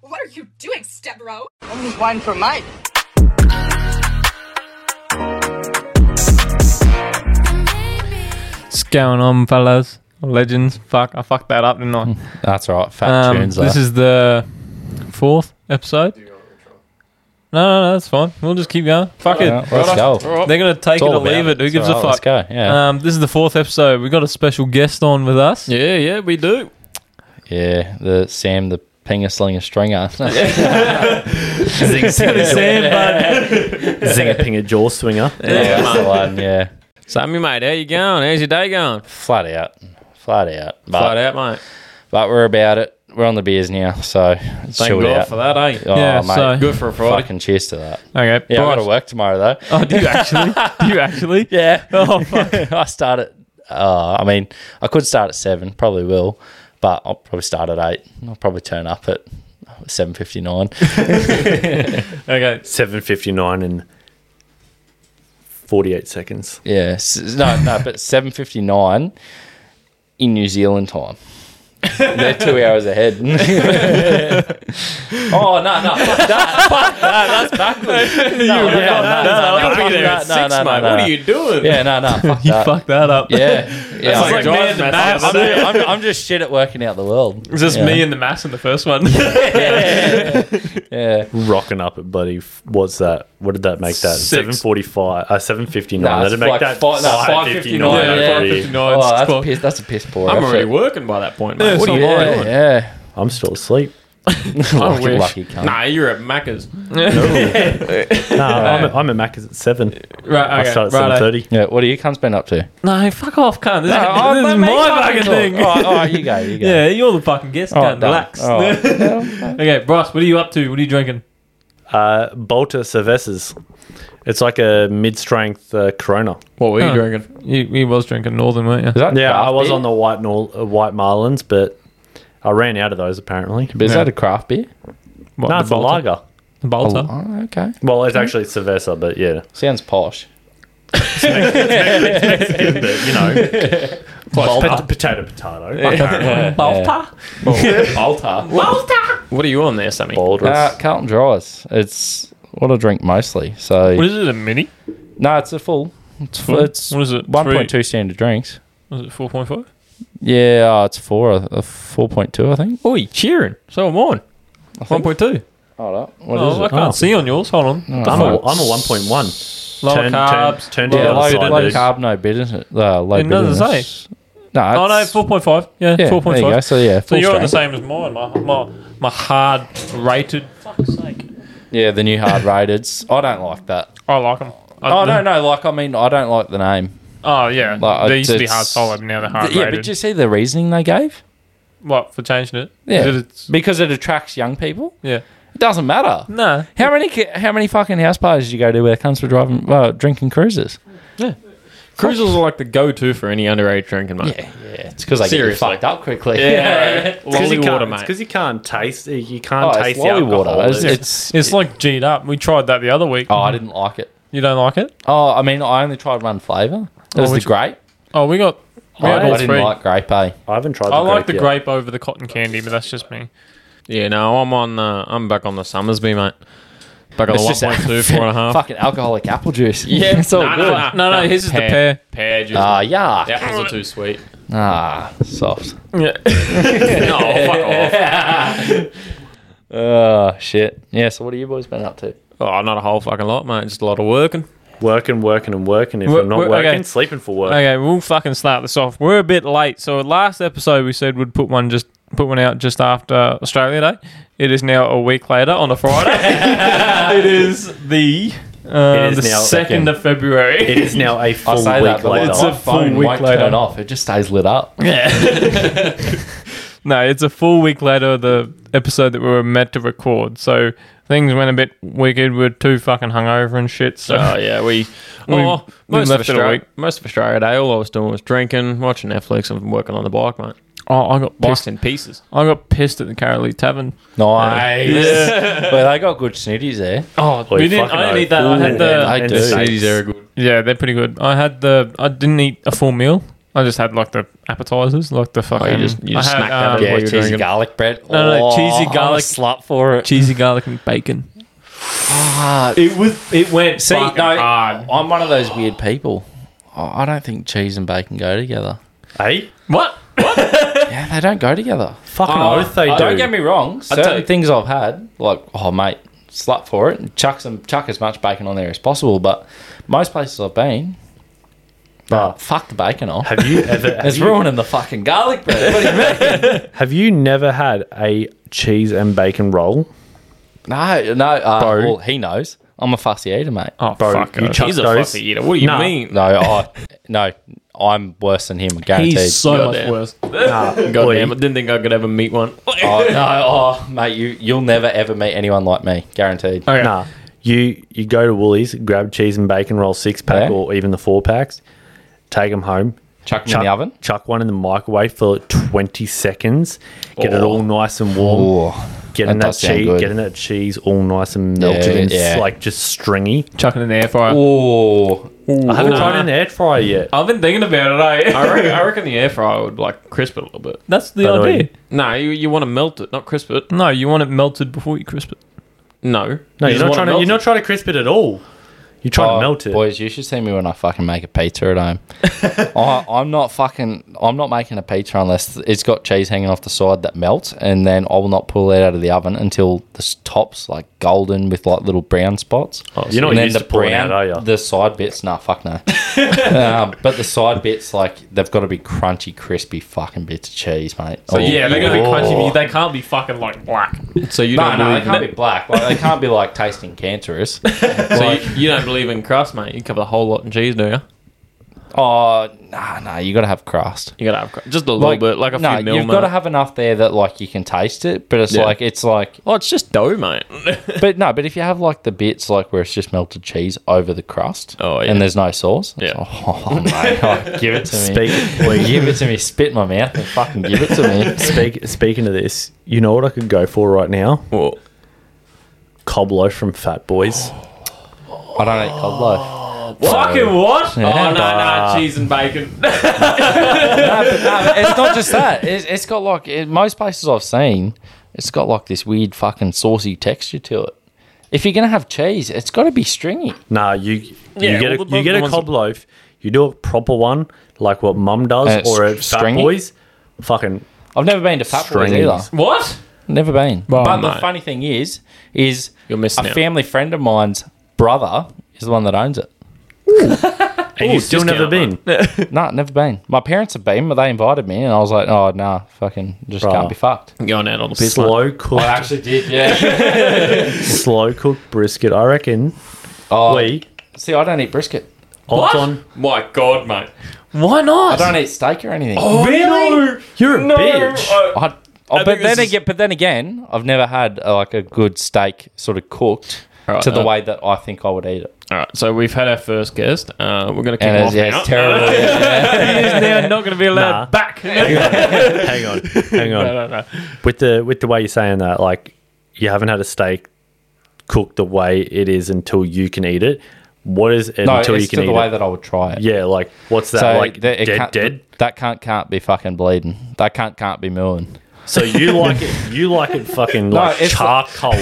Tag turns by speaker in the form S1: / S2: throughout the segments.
S1: What are you doing, Stebro?
S2: Only one for mine.
S3: What's going on, fellas? Legends. Fuck, I fucked that up, didn't I?
S4: That's right. Fat
S3: Um,
S4: tunes.
S3: this
S4: there.
S3: is the fourth episode. No, no, no, that's fine. We'll just keep going. Fuck
S4: Yeah,
S3: it.
S4: let's go.
S3: They're gonna take
S4: It's
S3: it
S4: all
S3: or
S4: about
S3: leave it.
S4: it.
S3: Who
S4: It's
S3: gives a
S4: all
S3: fuck?
S4: right, let's go, yeah.
S3: Um, this is the fourth episode. We got a special guest on with us.
S5: Yeah, yeah, we do.
S4: Yeah, the Sam the pinger slinger stringer.
S5: Zing, zing, Sam, bud. Zing a ping a jaw swinger.
S4: yeah, that's the one, yeah.
S5: Sammy, mate, how you going? How's your day going?
S4: Flat out. Flat out. But,
S5: Flat out, mate.
S4: But we're about it. We're on the beers now, so it's
S5: Thank
S4: chilled
S5: God
S4: out.
S5: for that, eh?
S4: Oh,
S3: Yeah,
S4: mate.
S3: so-
S5: Good for a Friday.
S4: Fucking cheers to that.
S3: Okay.
S4: Yeah, I
S3: Bryce.
S4: got to work tomorrow though.
S3: Oh, do you actually? do you actually?
S4: Yeah.
S3: Oh, fuck.
S4: I start at. Uh, I mean, I could start at seven. Probably will, but I'll probably start at eight. I'll probably turn up at seven fifty nine.
S3: Okay.
S5: 7.59 and 48 seconds.
S4: Yeah, s- no, no, but seven fifty nine in New Zealand time. They're two hours ahead. oh no, no, fuck that, fuck that, that's backwards. No, no, no, no,
S5: I'll
S4: no,
S5: be there
S4: no,
S5: at
S4: no,
S5: six,
S4: no, no,
S5: mate.
S4: no.
S5: What are you doing?
S4: Yeah, no, no, fuck
S3: You
S4: that.
S3: fucked that up.
S4: Yeah, yeah.
S5: It's
S4: I'm,
S5: like
S4: just-
S5: me and the maths.
S4: I'm, I'm, I'm just shit at working out the world.
S3: It's just
S4: Yeah.
S3: me and the mass in the first one.
S4: Yeah.
S6: rocking up at bloody f- what's that? What did that make that?
S3: Six.
S6: Seven forty five uh seven fifty
S4: Nah,
S6: nine. That'd
S4: it's
S6: make
S4: like
S6: that
S4: fi- no,
S6: five fifty
S4: 559,
S6: nine.
S3: yeah,
S4: yeah.
S3: 559.
S4: Oh, that's a
S3: Cool.
S4: piss. That's a piss poor.
S5: I'm
S4: effort.
S5: already working by that point,
S3: Yeah,
S5: mate. What
S3: so
S5: are you
S3: am I.
S5: doing?
S4: Yeah, yeah.
S6: I'm still asleep.
S5: I
S4: Lucky,
S5: wish.
S4: lucky cunt.
S5: Nah, you're at Macca's.
S6: No, I'm, at, I'm at Macca's at seven.
S3: right.
S6: I
S3: Okay.
S6: start at
S3: righto.
S6: seven thirty.
S4: Yeah, what are you cunts been up to?
S3: No, fuck off, cunt. This, is,
S4: Oh,
S3: this
S4: let
S3: is
S4: me
S3: my fucking
S4: talk.
S3: thing.
S4: All right, all right, you go, you go.
S3: Yeah, you're the fucking guest,
S4: All right,
S3: cunt.
S4: done.
S3: Relax.
S4: All right.
S3: okay, Bryce, what are you up to? What are you drinking?
S6: Uh, Bolter Cervezas. It's like a mid strength uh, Corona.
S5: What were you
S3: Huh.
S5: drinking?
S3: You, you was drinking Northern, weren't you?
S4: Is that
S6: Yeah,
S4: craft
S6: I was
S4: beer?
S6: on the white Nor- uh, white Marlins, but I ran out of those apparently.
S4: But is
S3: Yeah.
S4: that a craft beer?
S6: No,
S3: What, the
S6: it's a
S3: Bolter?
S6: lager.
S3: The Bolter.
S4: Oh, okay.
S6: Well, it's actually Cerveza, but yeah,
S4: Sounds posh.
S6: but, you know, pot- potato potato.
S3: Bolter?
S4: Altar.
S5: What are you on there, Sammy?
S6: Boulders.
S4: Uh, Carlton Dries. It's what I drink mostly. So
S3: What is it, a mini?
S4: no, it's a full. It's full.
S3: Full?
S4: It's
S3: What is it,
S4: One point two standard drinks.
S3: Was it 4.5?
S4: Yeah, oh, it's four. uh, A four point two, I think.
S3: Oi, cheering. So am I. 1.2.
S4: Hold up. What is
S3: Oh, I
S4: it?
S3: can't see on yours. Hold on.
S6: I'm a, I'm a 1.1.
S3: Lower
S6: Turn- turn-
S3: carbs.
S6: turn
S4: Yeah,
S6: Yeah,
S4: low,
S6: cider.
S4: low carb, no bitterness. Uh, low
S3: It doesn't
S4: bitterness. No,
S3: Oh, no,
S4: it's-
S3: 4.5. Yeah,
S4: yeah,
S3: 4.5.
S4: There you go. So
S3: So
S4: yeah, full
S3: you're on the
S4: strength.
S3: same as mine. My, my, my hard rated. Fuck's sake.
S4: Yeah, the new hard rated. I don't like that.
S3: I like them.
S4: Oh no, no. Like I mean, I don't like the name.
S3: Oh yeah,
S4: Like,
S3: they used to be
S4: it's-
S3: hard solid, now they're hard
S4: Yeah,
S3: rated.
S4: but did you see the reasoning they gave?
S3: what for changing it?
S4: Yeah,
S3: Is it- it's-
S4: because it attracts young people.
S3: yeah.
S4: It doesn't matter.
S3: No,
S4: How many ca- how many fucking house parties do you go to where it comes to driving uh, drinking cruises?
S5: Cruisers are like the go-to for any underage drinking, mate.
S4: yeah, it's because they
S5: Seriously.
S4: get you fucked up quickly.
S5: Yeah. Lolly water, mate.
S6: Because you can't taste. You
S4: oh,
S6: can't
S4: it's
S6: taste
S4: lolly
S6: the
S4: water.
S6: alcohol.
S4: It's, it's-
S3: it's like G'd up. We tried that the other week.
S4: oh, I didn't like it.
S3: You don't like it?
S4: Oh, I mean, I only tried one flavour. It was the
S3: which-
S4: grape.
S3: Oh, we got. We
S4: I,
S3: had
S4: I
S3: all
S4: didn't
S3: three.
S4: like grape. Eh?
S6: I haven't tried. The
S3: I like the
S6: yet.
S3: grape over the cotton candy, but that's just me.
S5: Yeah, no, I'm on. Uh, I'm back on the Summersby, mate. Back on
S4: It's
S5: the
S4: just
S5: 1.2, four and a half.
S4: Fucking alcoholic apple juice. Yeah, it's all
S5: Oh. Nah,
S4: good.
S5: nah,
S3: No, no, his is the pear.
S5: Pear juice.
S4: Ah, yeah.
S5: the apples are too sweet.
S4: Ah, soft.
S5: no, fuck off.
S4: Oh shit. Yeah. So what have you boys been up to?
S5: Oh, not a whole fucking lot, mate. Just a lot of working.
S6: Working, working, and working. If
S3: Wo-
S6: I'm not
S3: wo- okay.
S6: working, sleeping for work.
S3: Okay, we'll fucking start this off. We're a bit late. So last episode we said we'd put one just put one out just after Australia Day. It is now a week later on a Friday. it is the uh,
S6: It is
S3: the
S6: now-
S3: second of February.
S6: It is now a
S4: I
S6: full
S4: say
S6: week
S4: that, but
S6: later.
S4: it's a full week won't later. Turn off. It just stays lit up.
S3: No, it's a full week later the episode that we were meant to record. So things went a bit wicked. We are too fucking hungover and shit. So
S5: Oh yeah, we.
S3: We-
S5: oh,
S3: we
S5: most of
S3: left it a
S5: Australia,
S3: week.
S5: most of Australia Day, all I was doing was drinking, watching Netflix, and working on the bike, mate.
S3: oh, I got
S5: Bikes
S3: pissed.
S5: in pieces.
S3: I got pissed at the Carolee Tavern.
S4: Nice. well, they got good snitties there.
S3: Oh,
S6: Well,
S3: we
S6: you
S3: didn't.
S6: fucking
S3: I didn't
S6: know.
S3: eat that. I
S6: Ooh,
S3: had the.
S4: I
S6: and
S4: do.
S6: steak.
S5: These are good.
S3: yeah, they're pretty good. I had the. I didn't eat a full meal. I
S7: I just had like the appetizers, like the fucking.
S4: you just- you
S7: Um, I
S4: just
S7: had,
S5: smacked that
S3: uh,
S7: um,
S5: at
S4: Yeah,
S5: what Oh, you were
S4: cheesy
S5: drinking.
S4: garlic bread.
S7: No, no,
S4: Oh,
S7: cheesy
S4: I'm a
S7: garlic-
S4: slut for it.
S7: cheesy garlic and bacon.
S4: Ah,
S7: It was. It went.
S4: See,
S7: fucking
S4: no,
S7: hard.
S4: I'm one of those weird people. I I don't think cheese and bacon go together.
S6: Hey,
S7: What?
S4: Yeah, they don't go together.
S6: fucking
S7: Oh,
S6: oath they
S4: Uh, don't
S6: do.
S4: get me wrong.
S7: I don't-
S4: Certain things I've had, like oh mate, slut for it, and chuck some chuck as much bacon on there as possible. But most places I've been,
S6: Nah.
S4: fuck the bacon off.
S6: Have you ever? Have
S4: It's
S6: you,
S4: ruining the fucking garlic bread. What do you mean?
S6: have you never had a cheese and bacon roll?
S4: no, no. Uh,
S6: Bro.
S4: well, he knows. I'm a fussy eater, mate.
S7: Oh
S6: Bro,
S7: fuck!
S6: you
S7: uh,
S6: chuck
S7: he's a
S6: those-
S7: fucking eater. What do you
S6: Nah.
S7: mean?
S4: No, I no. I'm worse than him. Guaranteed.
S7: He's so much
S5: Goddamn.
S7: worse.
S5: God damn, I didn't think I could ever meet one.
S4: Oh, no, oh, mate, you you'll never ever meet anyone like me, guaranteed.
S5: Oh,
S7: Okay.
S6: Nah. You you go to Woolies, grab cheese and bacon roll six pack
S4: Yeah.
S6: or even the four packs, take them home,
S4: Chuck 'em in the oven.
S6: chuck one in the microwave for twenty seconds, get it all nice and warm, get in
S4: Oh. that
S6: that
S4: does sound
S6: cheese,
S4: good.
S6: get in that cheese all nice and melted
S4: Yeah,
S6: and s-
S4: yeah.
S6: like just stringy.
S7: Chucking in the air fryer.
S4: Oh,
S6: I haven't tried
S7: Nah.
S6: it in the air fryer yet.
S7: I've been thinking about it. Eh?
S5: I reckon, I reckon the air fryer would like crisp it a little bit.
S7: That's the
S6: By the way-
S7: idea.
S5: No, you, you want to melt it, not crisp it.
S7: No, you want it melted before you crisp it.
S5: No,
S6: No,
S5: You
S6: you're
S5: just
S6: not
S5: want
S6: trying to.
S5: melt
S6: You're not trying to crisp it at all. You're trying
S4: Oh,
S6: to melt it.
S4: Boys, you should see me when I fucking make a pizza at home. I, I'm not fucking. I'm not making a pizza unless it's got cheese hanging off the side that melts, and then I will not pull it out of the oven until the s- top's like golden with like little brown spots.
S6: Oh, so you're not
S4: and
S6: used to pulling out, are you?
S4: The side bits, nah, fuck no. um, but the side bits, like they've got to be crunchy, crispy fucking bits of cheese, mate.
S7: So yeah, they're gonna be crunchy.
S4: Oh.
S7: but They can't be fucking like black.
S5: it. So you
S4: No,
S5: don't
S4: no, they
S5: believe
S4: can't
S5: in
S4: be black. Like, they can't be like tasting cancerous.
S5: it. So you, you don't believe in crust, mate. You cover the whole lot in cheese, do you?
S4: Oh, nah, nah, you got to have crust.
S5: You gotta have cr- just a little bit, like a
S4: no,
S5: few mil.
S4: you've got to have enough there that like you can taste it, but it's
S5: Yeah.
S4: like it's like,
S5: oh, it's just dough, mate.
S4: but no, but if you have like the bits like where it's just melted cheese over the crust,
S5: Oh, yeah.
S4: and there's no sauce, it's
S5: Yeah.
S4: like, oh, mate, oh, give it to me,
S6: Speak it, please.
S4: give it to me, spit in my mouth and fucking give it to me.
S6: Speak, speaking of this, you know what I could go for right now?
S5: Well,
S6: Cob loaf from Fat Boys.
S4: I don't eat cod loaf.
S7: Fucking what?
S4: Yeah.
S7: Oh no, no, cheese and bacon.
S4: No, but no, but it's not just that. It's, it's got like in most places I've seen, it's got like this weird fucking saucy texture to it. If you're gonna have cheese, it's got to be stringy.
S6: Nah, you
S7: Yeah,
S6: you get
S7: well,
S6: a,
S7: the-
S6: you get
S7: the
S6: a
S7: ones
S6: cob loaf. You do a proper one like what Mum does,
S4: And it's
S6: or a
S4: str-
S6: Fat
S4: stringy?
S6: Boys. Fucking
S4: I've never been to Fat Boys
S6: Stringy.
S4: either.
S7: what?
S4: Never been. but the
S5: mate.
S4: funny thing is, is
S5: You're missing
S4: a
S5: out.
S4: family friend of mine's brother is the one that owns it.
S6: and you've still never
S5: discount,
S6: been.
S4: nah, never been. My parents have been, but they invited me, and I was like, oh nah, fucking just
S6: Bruh.
S4: can't be fucked.
S5: going out on the piss. mate.
S6: Slow cooked,
S4: actually did, yeah.
S6: slow cooked brisket. I reckon.
S4: oh,
S6: we
S4: see, I don't eat brisket.
S6: odds on.
S7: My God, mate. Why not?
S4: I don't eat steak or anything.
S3: Oh,
S7: really?
S6: You're a
S7: No,
S6: bitch.
S7: I-
S4: I, oh, but
S7: think
S4: then
S7: this is-
S4: again, but then again, I've never had uh, like a good steak sort of cooked
S5: Alright,
S4: to the
S5: uh,
S4: way that I think I would eat it.
S5: All right, so we've had our first guest. Uh, we're gonna kick
S4: And
S5: him
S4: it's,
S5: off
S4: yeah,
S5: now.
S4: it's terrible.
S7: he is now not going to be allowed
S6: Nah.
S7: Uh, back.
S6: hang on, hang on.
S7: no, no.
S6: With the with the way you're saying that, like you haven't had a steak cooked the way it is until you can eat it. What is it
S4: no,
S6: until
S4: it's
S6: you can
S4: to
S6: eat
S4: the way
S6: it?
S4: that I would try it.
S6: yeah, like what's that? like
S4: that- it
S6: dead,
S4: can't-
S6: dead.
S4: That can't can't be fucking bleeding. That can't can't be mooing.
S6: So you like it? You like it fucking like
S4: it's-
S6: charcoal?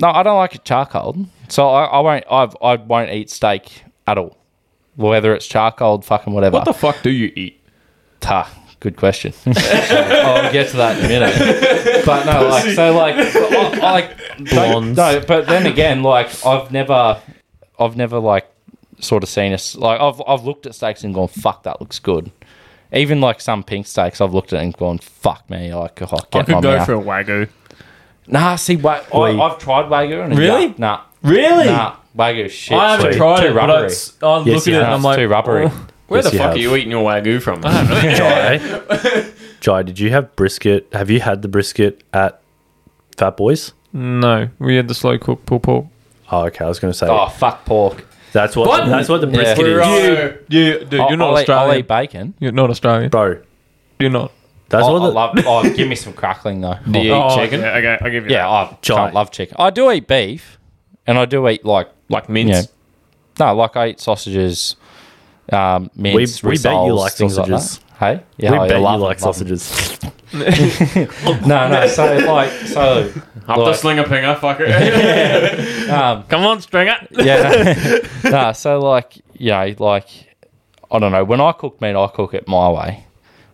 S4: No, I don't like it charcoaled, so I, I won't. I've, I won't eat steak at all, whether it's charcoaled, fucking whatever.
S5: What the fuck do you eat?
S4: Ta, good question. I'll get to that in a minute. But no, like so, like I, I like don't-
S6: Blondes.
S4: no, but then again, like I've never, I've never like sort of seen us like I've I've looked at steaks and gone, fuck, that looks good. Even like some pink steaks, I've looked at it and gone, fuck me, like oh, get
S7: I
S4: my
S7: could go
S4: mouth.
S7: for a wagyu.
S4: Nah, see, wa- I,
S6: Wait.
S4: I've tried wagyu and
S7: Really?
S4: nah,
S7: Really?
S4: nah, wagyu shit.
S7: I haven't
S6: Too-
S7: tried
S4: too
S7: it, but
S4: rubbery.
S7: it's- I'm
S6: Yes,
S7: looking
S6: you
S7: at it
S6: have.
S7: and I'm
S4: It's
S7: like,
S4: too rubbery.
S7: oh.
S5: Where
S6: Yes,
S5: the
S6: you
S5: fuck
S6: have.
S5: are you eating your wagyu from? I don't know.
S6: Jai, Jai, did you have brisket? Have you had the brisket at Fat Boys?
S7: No, we had the slow cook pull pork.
S6: Oh, okay. I was going to say
S4: Oh fuck, pork.
S6: that's what,
S7: What?
S6: that's what the
S4: Yeah.
S6: brisket is,
S4: We're right.
S7: You, you, dude,
S4: I'll-
S7: you're not
S4: I'll eat- I'll
S7: Australian.
S4: eat bacon.
S7: You're not Australian.
S6: bro.
S7: You're not.
S6: That's
S4: I,
S6: what
S4: I
S6: the,
S4: love. Oh, give me some crackling though.
S5: Do you eat
S7: Oh,
S5: chicken?
S7: Yeah, okay, I'll give you
S4: Yeah, I
S6: Giant.
S4: can't love chicken. I do eat beef, and I do eat like
S5: Like
S4: you know,
S5: mince?
S4: no, like I eat sausages, um, mince,
S6: we we bet you
S4: rissoles,
S6: like
S4: things
S6: sausages.
S4: Like Hey,
S6: Yeah,
S4: yeah,
S6: we
S4: I
S6: bet you
S4: love
S6: like
S4: it, love it.
S6: sausages.
S4: No, no. So like, so
S3: Up the
S4: Like-
S3: slinger pinger, fucker.
S4: um,
S3: Come on, stringer.
S4: yeah. nah, so like, you know, like I don't know. When I cook meat, I cook it my way.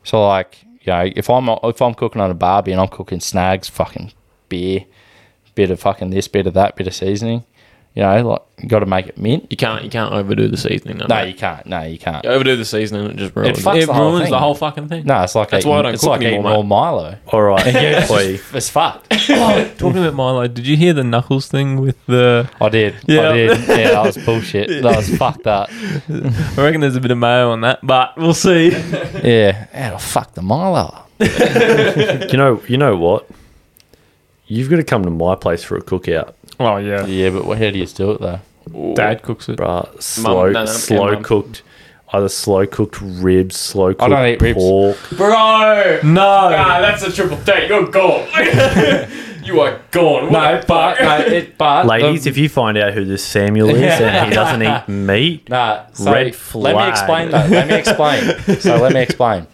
S4: So like, you know, if I'm if I'm cooking on a barbie and I'm cooking snags, fucking beer, bit of fucking this, bit of that, bit of seasoning. You know, like got to make it mint.
S7: You can't you can't overdo the seasoning. though,
S4: No,
S7: mate.
S4: you can't. No, you can't.
S7: You overdo the seasoning, it just ruins.
S4: It fucks
S7: it
S4: the whole
S7: ruins
S4: thing.
S7: the whole fucking thing.
S4: No, it's like
S7: That's
S4: eating,
S7: why I don't
S4: it's
S7: cook
S4: like eating
S7: anymore,
S4: raw Milo.
S6: All right. Oi.
S4: It's fucked.
S3: Talking about Milo, did you hear the Knuckles thing with the?
S4: I did.
S3: Yeah.
S4: I did. Yeah, that was bullshit. That was fucked up.
S3: I reckon there's a bit of mayo on that, but we'll see.
S4: Yeah. How the fuck the Milo? up.
S6: You know, you know what? You've got to come to my place for a cookout,
S3: Oh yeah,
S4: Yeah, but how do you do it though?
S3: Dad cooks it.
S6: bruh. Slow,
S7: no, no,
S6: slow
S7: yeah, mum.
S6: cooked, either slow cooked ribs, slow cooked
S4: I don't eat ribs.
S6: pork.
S7: Bro,
S3: No,
S7: ah, that's a triple date. You're gone. you are gone.
S4: No, but no, it, but
S6: Ladies,
S4: the-
S6: if you find out who this Samuel is and he doesn't eat meat,
S4: nah, so
S6: Red
S4: Let me
S6: flag.
S4: explain though. Let me explain. so let me explain.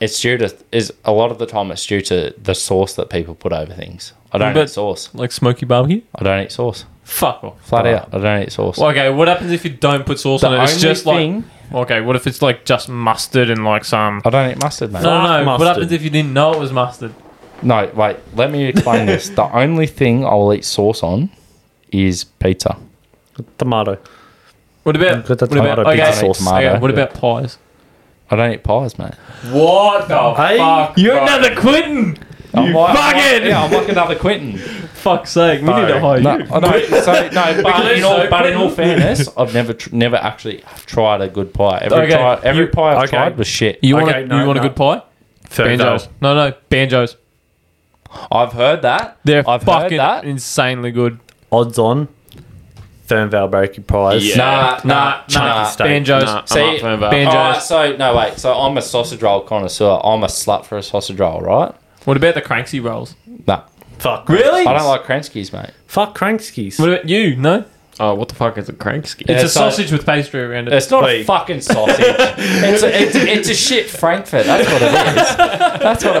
S4: It's due to is a lot of the time it's due to the sauce that people put over things. I don't
S3: But-
S4: eat sauce.
S3: like smoky barbecue.
S4: I don't eat sauce.
S3: Fuck off.
S4: Flat out, I don't eat sauce.
S3: Well, okay, what happens if you don't put sauce
S4: The
S3: on it? It's
S4: only
S3: just
S4: thing-
S3: like okay, what if it's like just mustard and like some?
S4: I don't eat mustard, mate.
S3: No, no, no.
S6: Fuck
S3: What
S6: mustard.
S3: happens if you didn't know it was mustard?
S4: No, wait. Let me explain this. The only thing I will eat sauce on is pizza.
S6: tomato.
S3: What about
S6: Got
S3: what
S6: the
S3: about
S6: tomato pizza
S3: okay,
S4: I don't eat
S6: sauce.
S4: tomato.
S3: okay, what about pies?
S4: I don't eat pies, mate.
S7: what the
S6: Hey,
S7: fuck?
S3: You're
S7: bro?
S3: another Quentin.
S4: I'm like, I'm
S3: fucking-
S4: like, yeah, I'm like another Quentin.
S3: Fuck's sake, we need to hire
S4: No,
S3: you.
S4: I don't. So no, but in all,
S3: so
S4: but in all
S3: Quentin-
S4: fairness, I've never tr- never actually tried a good pie. Every
S3: Okay.
S4: try, every
S3: You-
S4: pie I've
S6: okay.
S4: tried was shit.
S3: You
S6: Okay,
S3: want a,
S6: no,
S3: you want a
S6: no.
S3: good pie? Banjos.
S6: Banjos.
S3: No, no, banjos.
S4: I've heard that.
S3: They're
S4: I've
S3: fucking
S4: heard that.
S3: insanely good.
S6: Odds on, Fernvale barbecue pies.
S7: Yeah.
S4: Nah, nah,
S3: nah,
S4: nah.
S6: steak.
S3: Banjos.
S7: Nah, I'm
S4: See,
S7: not fan of that.
S3: ban- Banjos.
S4: Alright, so no wait. So I'm a sausage roll connoisseur. I'm a slut for a sausage roll, right?
S3: What about the Cranksy rolls?
S4: Nah,
S6: Fuck.
S3: Really?
S4: I don't like Krenskis, mate.
S6: Fuck Crankskis.
S3: What about you? No,
S7: oh, what the fuck is a cranksky?
S4: Yeah,
S3: it's a
S4: so-
S3: sausage with pastry around it.
S4: It's not a
S6: Wait.
S4: fucking sausage. it's, a, it's, it's a shit Frankfurt. That's what it is. That's what a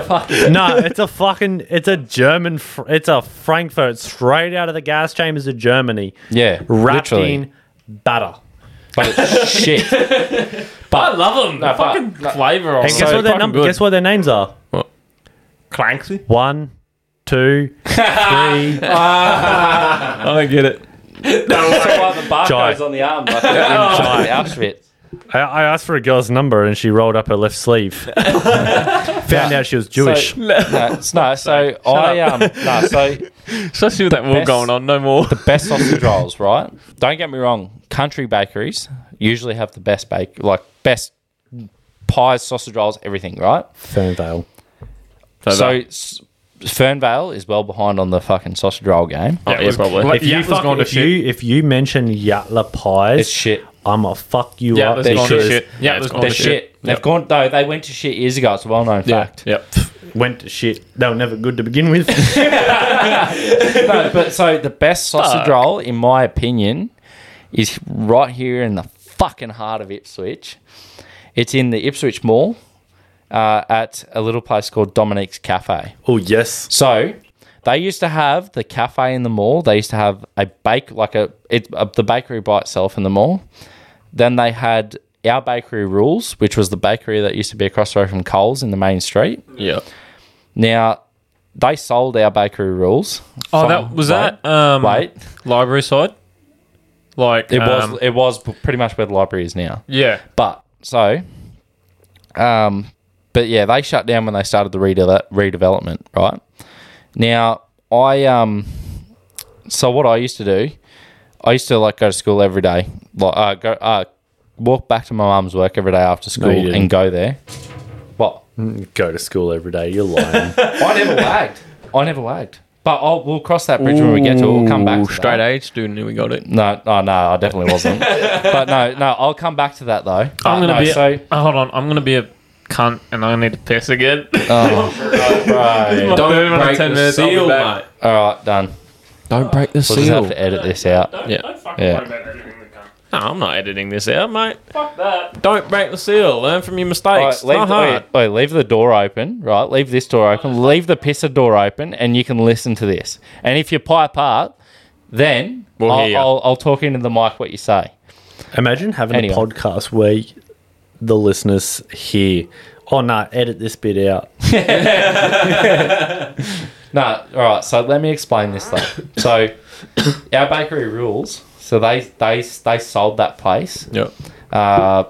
S4: fucking.
S6: no, it's a fucking, it's a German, fr- it's a Frankfurt straight out of the gas chambers of Germany,
S4: Yeah,
S6: wrapped
S4: literally.
S6: in batter.
S4: But it's shit.
S3: I love them.
S4: No, but-
S3: fucking
S4: no.
S3: flavour on
S6: And guess
S4: So
S6: what their
S4: fucking
S6: num-
S4: good.
S6: Guess what their names are?
S3: Cranksy?
S6: One, two, three.
S3: I don't get it.
S4: That's why the
S6: Giant.
S4: barcode's on the arm. Like, yeah, Auschwitz.
S6: I, I asked for a girl's number and she rolled up her left sleeve. Found out she was Jewish.
S4: So, no, s- no, so I um, no, so
S3: Especially with that war
S4: best-
S3: going on, no more.
S4: best sausage rolls, right? Don't get me wrong. Country bakeries usually have the best bake, like best pies, sausage rolls, everything, right?
S6: Fernvale.
S4: So s- Fernvale is well behind on the fucking sausage roll game.
S7: Oh, yeah,
S3: was-
S7: probably.
S3: Like,
S6: If you,
S3: Yatla's
S6: fuck,
S3: gone to
S6: if, you, if you mention Yatla
S4: It's
S6: pies,
S4: shit.
S6: I'm going to fuck you
S3: Yeah,
S6: up.
S3: that's gone to
S6: because
S3: shit. Yeah,
S7: Yeah,
S3: that's
S7: it's
S6: Oh,
S3: gone
S4: They're
S3: to shit.
S4: shit. They've gone though. They went to shit years ago. It's a well-known fact.
S7: Yep.
S6: Went to shit. They were never good to begin with.
S4: No, but so the best sausage roll, in my opinion, is right here in the fucking heart of Ipswich. It's in the Ipswich Mall uh, at a little place called Dominique's Cafe.
S6: oh, yes.
S4: So they used to have the cafe in the mall. They used to have a bake like a, it, a the bakery by itself in the mall. Then they had our bakery rules, which was the bakery that used to be across the road from Coles in the main street.
S7: Yeah.
S4: Now they sold our bakery rules.
S3: Oh,
S4: From-
S3: that was
S4: wait,
S3: that um,
S4: Wait.
S3: library side. Like
S4: It
S3: um,
S4: was it was pretty much where the library is now.
S3: yeah.
S4: But so, um, but yeah, they shut down when they started the redeve- redevelopment. Right now, I um, so what I used to do, I used to like go to school every day, like uh, go uh, walk back to my mum's work every day after school
S6: you didn't.
S4: and go there. What?
S6: Go to school every day. You're lying.
S4: I never wagged. I never wagged. But I'll, we'll cross that bridge when we get to it. We'll come back
S7: Ooh,
S4: to that.
S7: straight A student, and we got it.
S4: No, oh, no, I definitely wasn't. but no, no, I'll come back to that though.
S3: I'm
S4: But
S3: gonna
S4: no,
S3: be.
S4: so,
S3: oh, hold on, I'm gonna be a cunt, and I need to piss again.
S4: right.
S3: Don't break the seal,
S7: mate.
S4: All right, done.
S7: Don't break the
S4: We'll just have
S7: seal.
S4: to edit this out.
S7: Yeah.
S3: fucking
S4: Yeah.
S3: about anything with cunt. No, I'm not editing this out, mate. Fuck that. Don't break the seal. Learn from your mistakes.
S4: All right,
S3: It's not
S4: leave,
S3: hard.
S4: wait, wait, leave the door open, right? Leave this door open. Leave the pisser door open, and you can listen to this. And if you pipe up, then
S3: We'll
S4: I'll,
S3: hear ya.
S4: I'll, I'll talk into the mic what you say.
S6: Imagine having
S4: Anyway.
S6: a podcast where the listeners hear, oh, no, edit this bit out.
S4: No, all right. So let me explain this though. so our bakery rules. So they they they sold that place.
S3: Yep.
S4: Uh,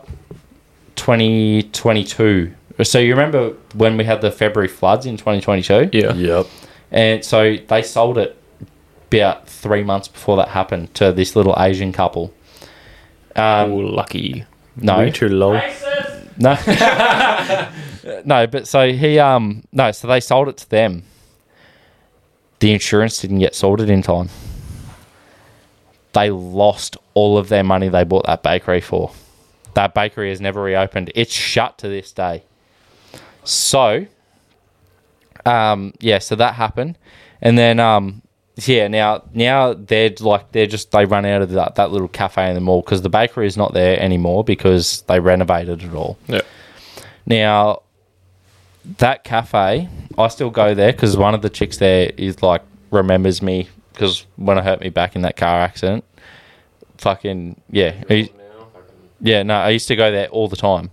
S4: 2022. So you remember when we had the February floods in 2022?
S3: Yeah.
S6: Yep.
S4: And so they sold it about three months before that happened to this little Asian couple. Um,
S3: lucky.
S4: no,
S6: Way too low.
S4: no, no. But so he, um, no. So they sold it to them. The insurance didn't get sorted in time. They lost all of their money they bought that bakery for. That bakery has never reopened. It's shut to this day. So, um, yeah. So that happened, and then, um, yeah. Now, now they're like they're just they run out of that, that little cafe in the mall because the bakery is not there anymore because they renovated it all.
S3: Yeah.
S4: Now, that cafe, I still go there because one of the chicks there is like remembers me because when I hurt me back in that car accident, fucking yeah, I- yeah. No, I used to go there all the time.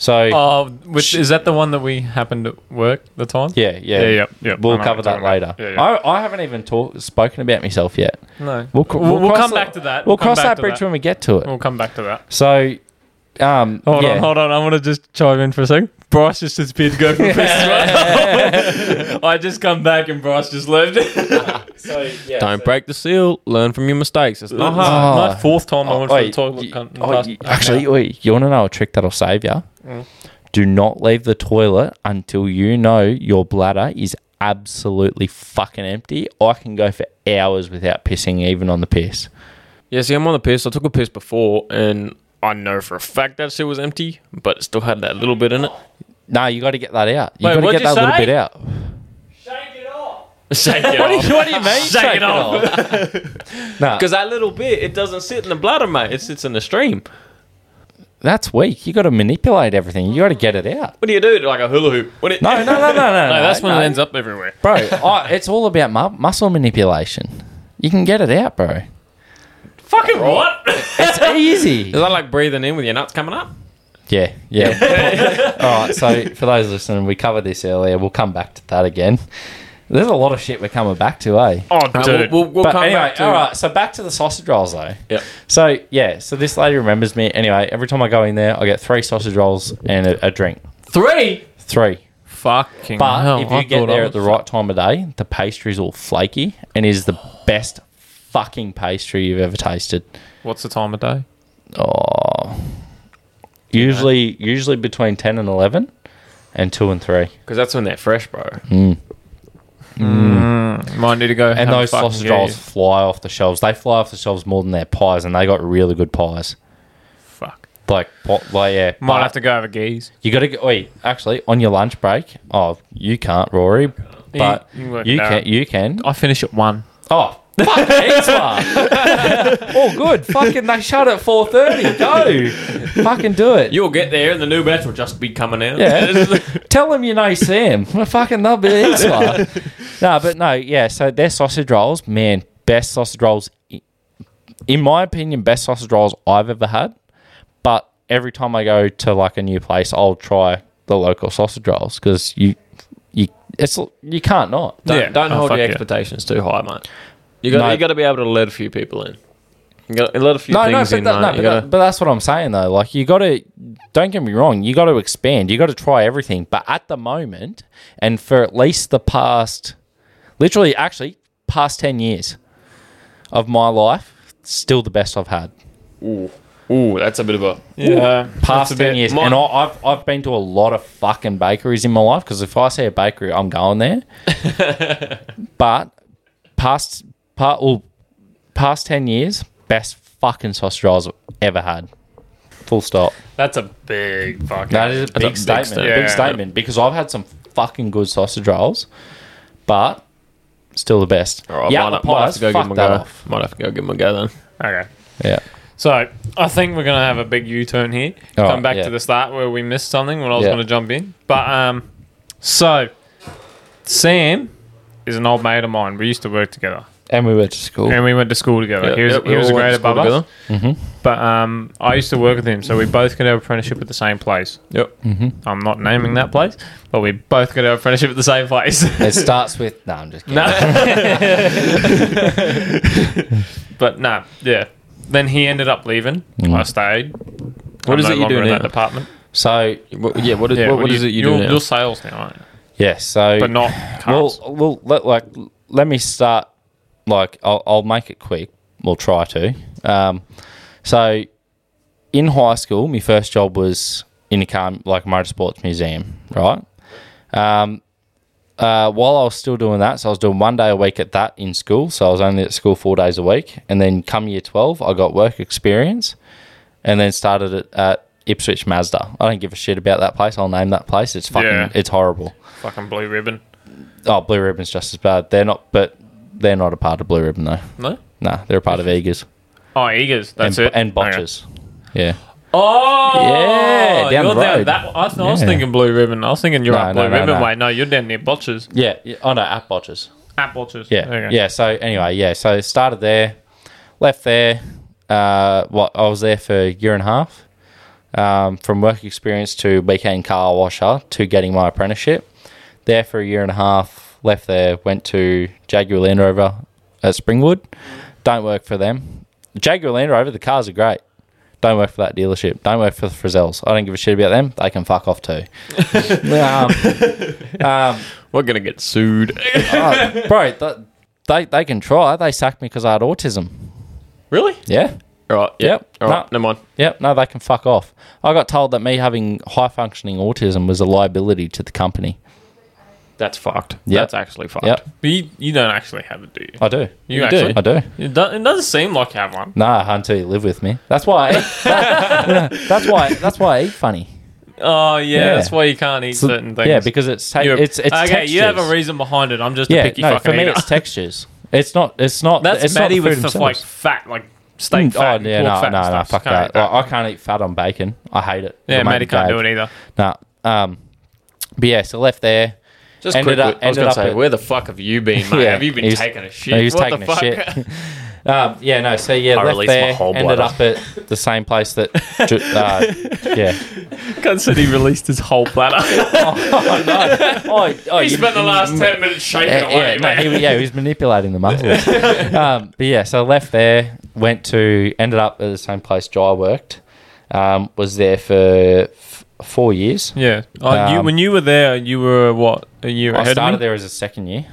S4: So
S3: Oh, which is that the one that we happened to work the time?
S4: yeah, yeah,
S3: Yeah, yeah, yeah. I
S4: We'll
S3: know
S4: cover
S3: what
S4: that
S3: you're talking
S4: later.
S3: about. Yeah, yeah.
S4: I, I haven't even talk, spoken about myself yet.
S3: No.
S4: We'll, c-
S3: We'll, we'll
S4: cross
S3: come
S4: the-
S3: back to that.
S4: We'll
S3: come
S4: cross
S3: back
S4: that
S3: to
S4: bridge when we get to it.
S3: We'll come back to that.
S4: So, um,
S3: Hold
S4: yeah.
S3: on, hold on. I want to just chime in for a second. Bryce just disappeared to go for a piss as well. I just come back and Bryce just left.
S4: So, yeah,
S3: Don't break the seal. Learn from your mistakes. It's not hard.
S4: hard.
S3: My fourth time I went for the
S4: wait,
S3: toilet.
S4: you-
S3: cunt in the
S4: oh,
S3: past
S4: you-
S3: half
S4: actually,
S3: hour.
S4: wait, you want to know a trick that'll save you? Do not leave the toilet until you know your bladder is absolutely fucking empty. I can go for hours without pissing, even on the piss.
S3: yeah. See, I'm on the piss. I took a piss before, and I know for a fact that shit was empty, but it still had that little bit in it.
S4: No, you got to get that out. You
S3: Wait,
S4: got to
S3: what'd
S4: get
S3: you
S4: that little
S3: say?
S4: bit out.
S3: Shake it off.
S4: What do you mean?
S3: Shake it off.
S4: Nah,
S3: Because that little bit, it doesn't sit in the bladder, mate. It sits in the stream.
S4: that's weak. You got to manipulate everything. You got to get it out.
S3: What do you do? Like a hula hoop? What do you-
S4: No, no, no, no, no. no,
S3: No, that's when
S4: no.
S3: it ends up everywhere.
S4: bro. I, it's all about mu- muscle manipulation. You can get it out, bro.
S3: Fucking what?
S4: It's easy.
S3: Is that like breathing in with your nuts coming up?
S4: Yeah, yeah. All right. So for those listening, we covered this earlier. We'll come back to that again. There's a lot of shit we're coming back to, eh?
S3: Oh, dude. We'll, we'll, we'll
S4: but
S3: come
S4: anyway,
S3: back to
S4: all right. So back to the sausage rolls, though.
S3: Yep.
S4: So yeah. So this lady remembers me. Anyway, every time I go in there, I get three sausage rolls and a, a drink.
S3: three.
S4: Three.
S3: Fucking
S4: But
S3: hell!
S4: if you get there at the right time of day, the pastry's all flaky and is the best fucking pastry you've ever tasted.
S3: What's the time of day?
S4: Oh. Usually, usually between ten and eleven, and two and three.
S3: Because that's when they're fresh, bro.
S4: Mm.
S3: Mm. Might need to go.
S4: And those sausage rolls fly off the shelves. They fly off the shelves more than their pies, and they got really good pies.
S3: Fuck.
S4: Like, po- like yeah.
S3: Might
S4: but
S3: have to go over geese.
S4: You got to go. Wait, actually, on your lunch break. Oh, you can't, Rory. But
S3: you
S4: you,
S3: can work it out.
S4: can. You can.
S3: I finish at one.
S4: Oh, fuck, All good. Fucking, they shut at four thirty. Go. Fucking do it.
S3: You'll get there, and the new batch will just be coming out.
S4: Yeah. Tell them you know Sam. Well, fucking they'll be easier. no, but no, yeah. So their sausage rolls, man, best sausage rolls. i- In my opinion, best sausage rolls I've ever had. But every time I go to like a new place, I'll try the local sausage rolls because you, you, it's you can't not.
S3: Don't,
S7: Yeah.
S3: don't
S7: Oh,
S3: hold
S7: fuck
S3: your
S7: yeah.
S3: expectations too high, mate. You got
S4: No.
S3: you got to be able to let a few people in. You got to let a few
S4: No, no, but,
S3: things in,
S4: that, no
S3: mate.
S4: but,
S3: You gotta-
S4: that- but that's what I'm saying though. Like you got to, don't get me wrong, you got to expand. You got to try everything. But at the moment, and for at least the past, literally, actually, past ten years of my life, still the best I've had.
S8: Ooh, that's a bit of a.
S3: yeah.
S4: Past ten years,
S3: my-
S4: and I, I've I've been to a lot of fucking bakeries in my life because if I see a bakery, I'm going there. but past part well, past ten years, best fucking sausage rolls I've ever had. Full stop.
S7: That's a big fucking.
S4: That is a big
S3: big
S4: statement.
S3: statement.
S4: a
S7: Yeah.
S4: big statement because I've had some fucking good sausage rolls, but still the best.
S3: All right,
S4: yeah,
S3: might,
S4: the
S3: might have
S4: pies.
S3: to go give
S4: fuck
S3: them a
S4: that
S3: go.
S4: off.
S3: Might have to go give them a go then.
S7: Okay.
S4: Yeah.
S7: So I think we're gonna have a big U-turn here.
S4: All
S7: Come
S4: right,
S7: back
S4: yeah.
S7: to the start where we missed something when I was
S4: Yeah.
S7: gonna jump in. But um, so Sam is an old mate of mine. We used to work together,
S4: And we went to school.
S7: and we went to school together. he was he was a grade above us,
S4: Mm-hmm.
S7: but um, I used to work with him, so we both got our apprenticeship at the same place.
S1: Yep.
S4: Mm-hmm.
S7: I'm not naming that place, but we both got our apprenticeship at the same place.
S4: It starts with. No, I'm just kidding.
S7: No. but no, yeah. Then he ended up leaving.
S4: Mm.
S7: I stayed.
S1: What
S7: I'm
S1: is
S7: no
S1: it you
S7: longer
S1: do
S7: in that
S1: now?
S7: department?
S4: So,
S1: What, yeah, what is,
S7: Yeah,
S1: what, what
S7: well,
S1: is it you do
S7: you're-
S1: now?
S7: You're sales now, aren't you?
S4: yeah, so.
S7: But not cars.
S4: Well, well, let, like, let me start. Like, I'll, I'll make it quick. We'll try to. Um, so, in high school, my first job was in a car, like motorsports museum, right? Um, uh, while I was still doing that, so I was doing one day a week at that in school. So I was only at school four days a week, and then come year twelve, I got work experience, and then started at, at Ipswich Mazda. I don't give a shit about that place. I'll name that place. It's fucking.
S7: Yeah.
S4: It's horrible.
S7: Fucking blue ribbon.
S4: Oh, Blue Ribbon's just as bad. They're not, but they're not a part of Blue Ribbon though.
S7: No?
S4: Nah, they're a part of Eagers
S7: Oh, Eagers. That's
S4: and,
S7: it.
S4: and
S7: Okay.
S4: Botches. Yeah,
S7: Oh!
S4: Yeah, down
S7: you're
S4: the
S7: down
S4: road.
S7: that I, was- I was
S4: Yeah.
S7: thinking blue ribbon. I was thinking you're
S4: No,
S7: up blue
S4: no, no,
S7: ribbon
S4: no.
S7: way. No, you're down near botches.
S4: yeah. yeah. Oh no, at Botches.
S7: At botches.
S4: Yeah,
S7: Okay.
S4: yeah. So anyway, yeah. So started there, left there. Uh, what I was there for a year and a half, um, from work experience to weekend car washer to getting my apprenticeship. There for a year and a half, left there, went to Jaguar Land Rover at Springwood. Don't work for them. Jaguar Land Rover, the cars are great. Don't work for that dealership. Don't work for the Frizzels. I don't give a shit about them. They can fuck off too. um, um,
S1: We're going to get sued.
S4: Oh, bro, th- they they can try. They sacked me because I had autism.
S1: really?
S4: Yeah,
S1: All right.
S4: Yep.
S1: Yep. All right.
S4: No.
S1: Oh, Never mind.
S4: yep. No, they can fuck off. I got told that me having high functioning autism was a liability to the company.
S1: That's fucked.
S4: Yep.
S1: That's actually fucked.
S4: Yep,
S7: But you, you don't actually have it, do you?
S4: I do.
S7: You,
S1: do?
S7: actually?
S4: I do.
S7: It, do, it doesn't seem like you have one.
S4: Nah, until you live with me. That's why. I eat- that's why. That's why I eat funny.
S7: Oh yeah,
S4: Yeah.
S7: that's why you can't eat certain things.
S4: Yeah, because it's ta-
S7: You're-
S4: it's it's
S7: okay.
S4: Textures.
S7: You have a reason behind it. I'm just a
S4: yeah,
S7: picky
S4: no,
S7: fucking
S4: for me
S7: eater.
S4: it's textures. It's not. It's not.
S7: that's
S4: it's
S7: Maddie
S4: not the
S7: with
S4: food
S7: stuff like
S4: themselves.
S7: fat, like steak
S4: oh
S7: fat.
S4: yeah,
S7: pork
S4: no,
S7: fat
S4: no,
S7: and
S4: no,
S7: stuff.
S4: fuck
S7: Can't
S4: that.
S7: eat that.
S4: Like, I can't eat fat on bacon. I hate it.
S7: yeah,
S4: It'll make
S7: Maddie
S4: me
S7: can't do
S4: bad.
S7: it either.
S4: No. Um, but yeah, so left there.
S1: Just
S4: Ended
S1: quickly,
S4: up-
S1: I was
S4: ended
S1: going to
S4: up
S1: say,
S4: at-
S1: where the fuck have you been, mate?
S4: Yeah.
S1: Have you been
S4: He was-
S1: taking a shit?
S4: No, he was
S1: what
S4: taking
S1: the
S4: a
S1: fuck?
S4: shit. um, yeah, no. So yeah,
S6: I
S4: left
S6: released my
S4: there.
S6: whole
S4: ended
S6: bladder.
S4: up at the same place that. ju- Uh, yeah.
S7: Gun said he released his whole platter.
S4: Oh no! Oh, oh,
S7: he
S4: you-
S7: spent the last ten minutes shaking
S4: yeah, yeah,
S7: away.
S4: no,
S7: man.
S4: he, was- yeah, he was manipulating the muscles. um, but yeah, so left there, went to, ended up at the same place Jai worked. Um, was there for f- four years.
S7: Yeah. Uh, you,
S4: Um,
S7: when you were there, you were what a year
S4: I
S7: ahead
S4: started
S7: of me.
S4: there as a second year.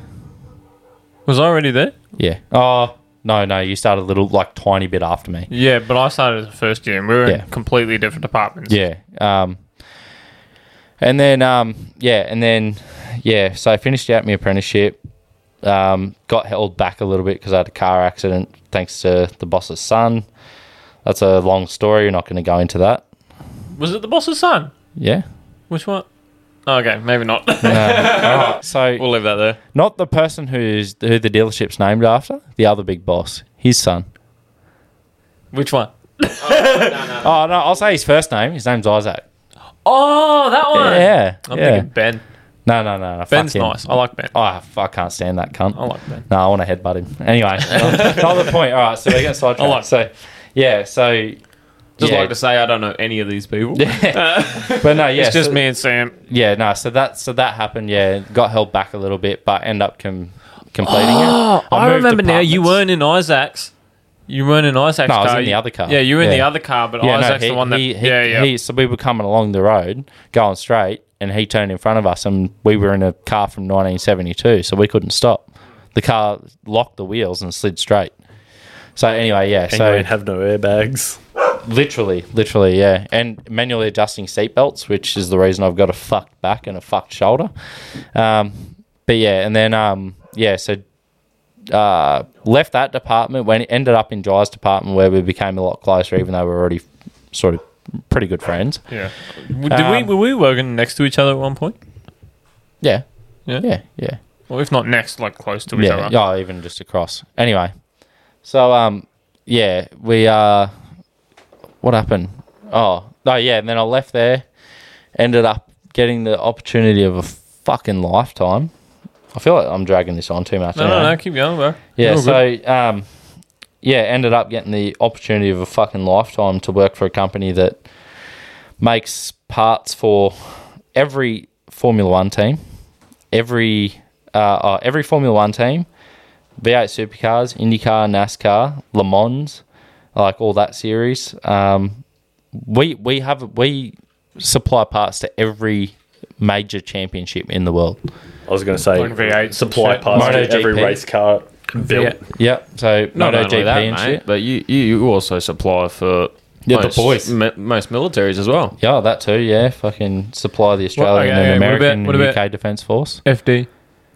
S7: Was I already there?
S4: Yeah. Oh no, no, you started a little like tiny bit after me.
S7: Yeah, but I started as the first year, and we were
S4: Yeah.
S7: in completely different departments.
S4: Yeah. Um, and then, um, yeah, and then, yeah. So I finished out my apprenticeship. Um, got held back a little bit because I had a car accident, thanks to the boss's son. That's a long story. You're not going to go into that.
S7: Was it the boss's son?
S4: Yeah.
S7: Which one? Oh, okay, maybe not.
S4: So
S1: We'll leave that there.
S4: not the person who's who the dealership's named after. The other big boss, his son.
S7: Which one?
S4: Oh no, I'll say his first name. His name's Isaac.
S7: Oh, that one.
S4: Yeah.
S7: I'm
S4: yeah.
S7: thinking Ben.
S4: No, no, no. no fuck
S7: Ben's
S4: him.
S7: nice. I like Ben.
S4: Oh, I f- I can't stand that cunt.
S7: I like Ben.
S4: No, I want to headbutt him. Anyway, not the point. All right, so we get sidetracked.
S7: like-
S4: so, yeah, so
S1: Just
S4: yeah.
S1: like to say, I don't know any of these people.
S4: but no, yeah,
S7: It's just
S4: so-
S7: me and Sam.
S4: Yeah, no, so that so that happened. Yeah, got held back a little bit, but end up com- completing it.
S7: I,
S4: moved
S7: remember now. You
S4: apartments.
S7: weren't in Isaac's. You weren't in Isaac's
S4: No, I
S7: car.
S4: was in the
S7: You-
S4: other car.
S7: Yeah, you were in the
S4: Yeah.
S7: other car, but
S4: Yeah,
S7: Isaac's
S4: no, he,
S7: the one that.
S4: he, he,
S7: yeah, yeah.
S4: he- so we were coming along the road, going straight, and he turned in front of us, and we were in a car from 1972, so we couldn't stop. The car locked the wheels and slid straight. So anyway, yeah.
S6: And
S4: so
S6: you ain't have no airbags.
S4: Literally, literally, yeah. And manually adjusting seatbelts, which is the reason I've got a fucked back and a fucked shoulder. Um, but yeah, and then um, yeah, so uh, left that department. When ended up in Jai's department, where we became a lot closer, even though we were already sort of pretty good friends.
S7: yeah. W- Did we
S4: Um,
S7: were we working next to each other at one point?
S4: Yeah,
S7: Yeah.
S4: yeah, yeah,
S7: Well, if not next, like close to each
S4: yeah.
S7: other.
S4: yeah even just across. Anyway, so um, yeah, we uh, what happened? Oh, oh yeah. And then I left there, ended up getting the opportunity of a fucking lifetime. I feel like I'm dragging this on too much.
S7: No,
S4: anyway.
S7: no, no. Keep going, bro.
S4: Yeah,
S7: You're good.
S4: so um, yeah, ended up getting the opportunity of a fucking lifetime to work for a company that makes parts for every Formula One team, every uh, uh, every Formula One team, V8 supercars, IndyCar, NASCAR, Le Mans, like all that series. Um, we we have we supply parts to every major championship in the world.
S6: I was going to say
S1: Like V8
S6: supply
S1: shit.
S6: parts to
S4: MotoGP.
S6: every race car built.
S4: Yep. So
S1: Not
S4: MotoGP
S1: only that,
S4: and
S1: mate,
S4: shit.
S1: but you, you you also supply for
S4: Yeah, the
S1: most,
S4: boys.
S1: mi- most militaries as well.
S4: Yeah, that too. Yeah, fucking supply the Australian
S7: okay,
S4: and
S7: okay, what
S4: American
S7: about- what
S4: and
S7: about-
S4: UK Defence Force.
S7: FD,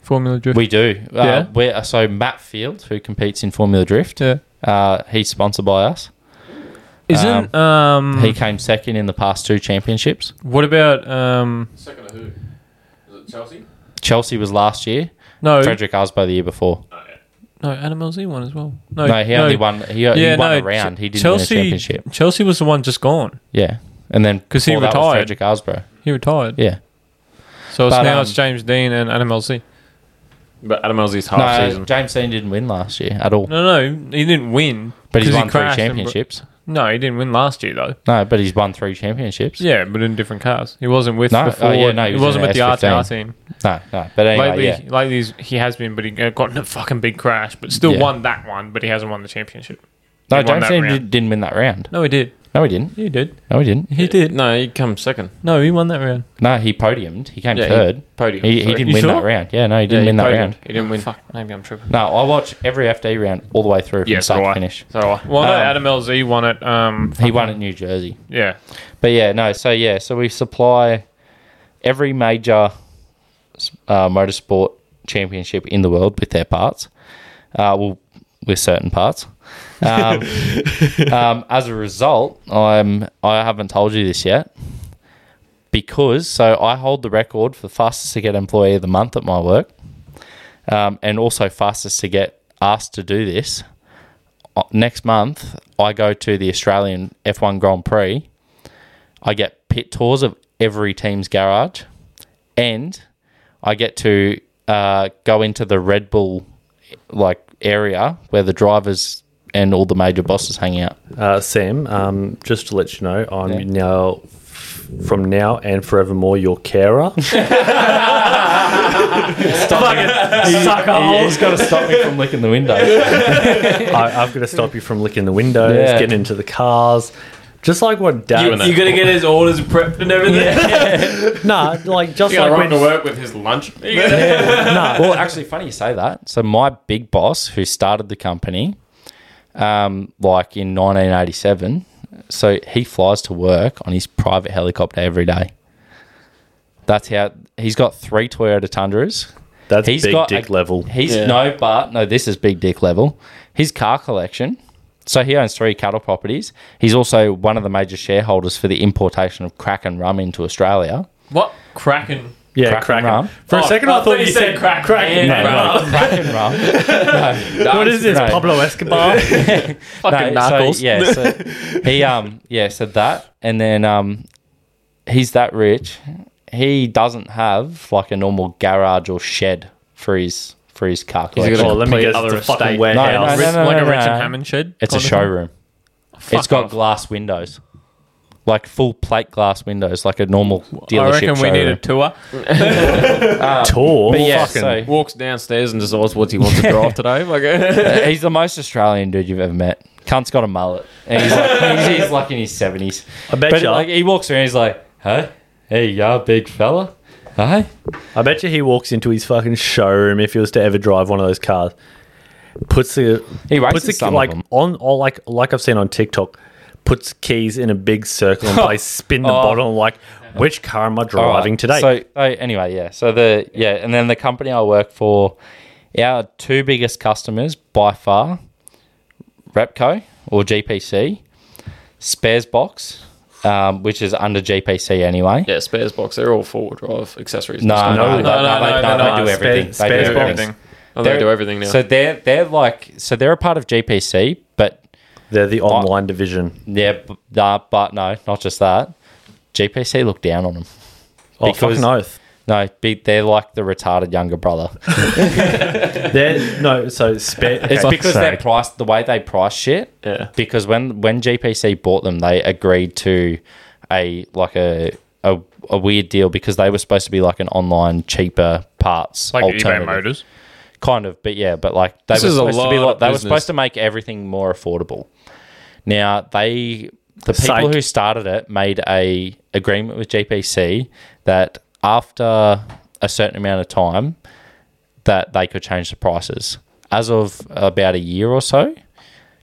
S7: Formula Drift.
S4: We do. Uh,
S7: Yeah.
S4: We're so Matt Field, who competes in Formula Drift,
S7: yeah.
S4: uh, he's sponsored by us.
S7: Isn't um,
S4: He came second in the past two championships.
S7: what about um,
S1: Second to who? Is it Chelsea?
S4: Chelsea was last year.
S7: no
S4: Frederick Asbo the year before.
S7: no Animals? He won as well. Oh, No,
S4: No, he only won. He, he won a round.
S7: Ch-
S4: He didn't
S7: Chelsea,
S4: win a championship.
S7: Chelsea was the one just gone.
S4: Yeah, and then
S7: 'Cause he
S4: before that was
S7: retired.
S4: Frederick Asbo.
S7: He retired.
S4: Yeah.
S7: So it's
S4: But,
S7: now
S4: um,
S7: it's James Dean and Adam LC.
S1: But Adam Elsie's half
S4: No,
S1: season.
S4: James Dean didn't win last year at all.
S7: No, no, he didn't win.
S4: but he's
S7: 'cause he
S4: won three
S7: crashed and br-
S4: championships.
S7: no, he didn't win last year though.
S4: No, but he's won three championships.
S7: Yeah, but in different cars. He wasn't with
S4: No,
S7: the
S4: oh,
S7: Ford.
S4: yeah, no, he
S7: he,
S4: was
S7: was not
S4: in
S7: with the
S4: the S15.
S7: RTR team.
S4: No, no. But anyway,
S7: lately,
S4: yeah.
S7: lately he's, he has been, but he got in a fucking big crash, but still
S4: Yeah.
S7: won that one, but he hasn't won the championship.
S4: No,
S7: He won
S4: James
S7: that
S4: Dean
S7: round.
S4: did- didn't win that round.
S7: No, he did.
S4: No, he didn't.
S7: He did.
S4: No, he didn't.
S7: He did.
S1: No, he come second.
S7: No, he won that round.
S4: No, he podiumed. He came
S1: Yeah, he
S4: third.
S1: podiumed,
S4: He, he
S1: sorry.
S4: didn't
S7: You
S4: win that
S7: sure?
S4: round. Yeah, no, he didn't
S1: Yeah,
S4: win that
S1: podiumed.
S4: round.
S1: He didn't win.
S7: Fuck, maybe I'm tripping.
S4: No, I watch every FD round all the way through from start to finish.
S1: So do I.
S7: Well, no,
S4: Um,
S7: Adam LZ won it. Um,
S4: He won at New Jersey.
S7: yeah.
S4: But yeah, no, so yeah, so we supply every major uh, motorsport championship in the world with their parts. Uh, well, with certain parts. Um, um, as a result, I'm I haven't told you this yet because so I hold the record for fastest to get employee of the month at my work, um, and also fastest to get asked to do this. Uh, Next month, I go to the Australian F1 Grand Prix. I get pit tours of every team's garage, and I get to uh, go into the Red Bull like area where the drivers and all the major bosses hang out.
S6: Uh, Sam, um, just to let you know, I'm
S4: Yeah.
S6: now f- from now and forevermore your carer.
S4: He's got to stop me from licking the window.
S6: I, I've got to stop you from licking the windows,
S4: Yeah.
S6: getting into the cars, just like what Dad.
S1: You
S7: to get his orders prepped and everything.
S6: nah, like just
S1: He's gonna
S6: like
S1: run
S6: when,
S1: to work with his lunch.
S4: well, actually, funny you say that. So my big boss, who started the company, um, like in 1987, so he flies to work on his private helicopter every day. That's how he's got three Toyota Tundras.
S6: that's
S4: He's
S6: big
S4: got
S6: dick
S4: a-
S6: level.
S4: He's no, but no, this is big dick level. His car collection. So he owns three cattle properties. He's also one of the major shareholders for the importation of crack and rum into Australia.
S7: What? Kraken.
S6: Yeah,
S4: Crack
S6: cracking.
S4: and rum.
S6: For a
S7: Oh,
S6: second,
S7: I
S6: I, thought you said
S7: crack
S6: cracking.
S7: and
S6: No,
S7: rum.
S6: no.
S4: Crack and rum. No,
S6: What is this,
S4: No.
S6: Pablo Escobar?
S4: Fucking
S6: Narcos.
S4: So, yeah, so he um yeah said that, and then um he's that rich. He doesn't have like a normal garage or shed for his for his car collection.
S6: Oh, let me
S1: Complete
S6: guess.
S1: other
S6: It's a
S1: estate.
S6: fucking
S1: No,
S4: no,
S6: warehouse.
S4: no, no,
S7: like
S4: no,
S7: a Rich
S4: no.
S7: and Hammond shed.
S4: It's a
S7: kind of thing?
S4: showroom. it's got glass windows, like full plate glass windows, like a normal dealership.
S7: I reckon we need a
S4: showroom.
S7: tour.
S6: tour.
S4: But yeah,
S6: Fucking-
S4: so
S1: Walks downstairs and decides what he wants to drive today. Like,
S4: uh, he's the most Australian dude you've ever met. Cunt's got a mullet, and he's like, he's, he's like in his seventies.
S6: I bet
S4: But
S6: ya.
S4: like he walks around, he's like, "Hey, hey, ya big fella, hey."
S6: I bet you he walks into his fucking showroom if he was to ever drive one of those cars. Puts the
S4: He races
S6: puts the,
S4: some of
S6: like
S4: them.
S6: on or like like I've seen on TikTok. Puts keys in a big circle and plays spin the bottle. Like, which car am I
S4: Oh. All right,
S6: driving today?
S4: So uh, anyway, yeah. So the yeah, and then the company I work for, our two biggest customers by far, Repco or GPC, Spares Box, um, which is under GPC anyway.
S1: yeah, spares box. They're all four-wheel drive accessories. and
S4: No,
S1: stuff.
S4: no,
S6: No,
S4: no, no,
S7: no,
S4: they-
S7: no,
S4: no,
S7: no,
S4: they
S7: no.
S4: do everything.
S6: Spares-
S4: They do
S6: spares box.
S4: everything.
S1: Oh, they
S4: They're-
S1: do everything now.
S4: So they're they're like so they're a part of GPC, but
S6: They're the online division.
S4: Yeah, b- nah, but no, not just that. GPC looked down on them.
S6: Oh,
S4: Because-
S6: fucking oath.
S4: No, be, they're like the retarded younger brother.
S6: They're, no, so spare.
S4: It's
S6: okay.
S4: because they're priced the way they price shit.
S6: Yeah.
S4: Because when when GPC bought them, they agreed to a like a a, a weird deal because they were supposed to be like an online cheaper parts
S1: like eBay
S4: alternative.
S1: Motors.
S4: kind of, but yeah, but like they
S3: This
S4: were
S3: is a
S4: supposed to be
S3: lot
S4: like
S3: of
S4: they were
S3: business.
S4: supposed to make everything more affordable. Now they the people
S6: Psych.
S4: who started it made a agreement with GPC that after a certain amount of time that they could change the prices. As of about a year or so,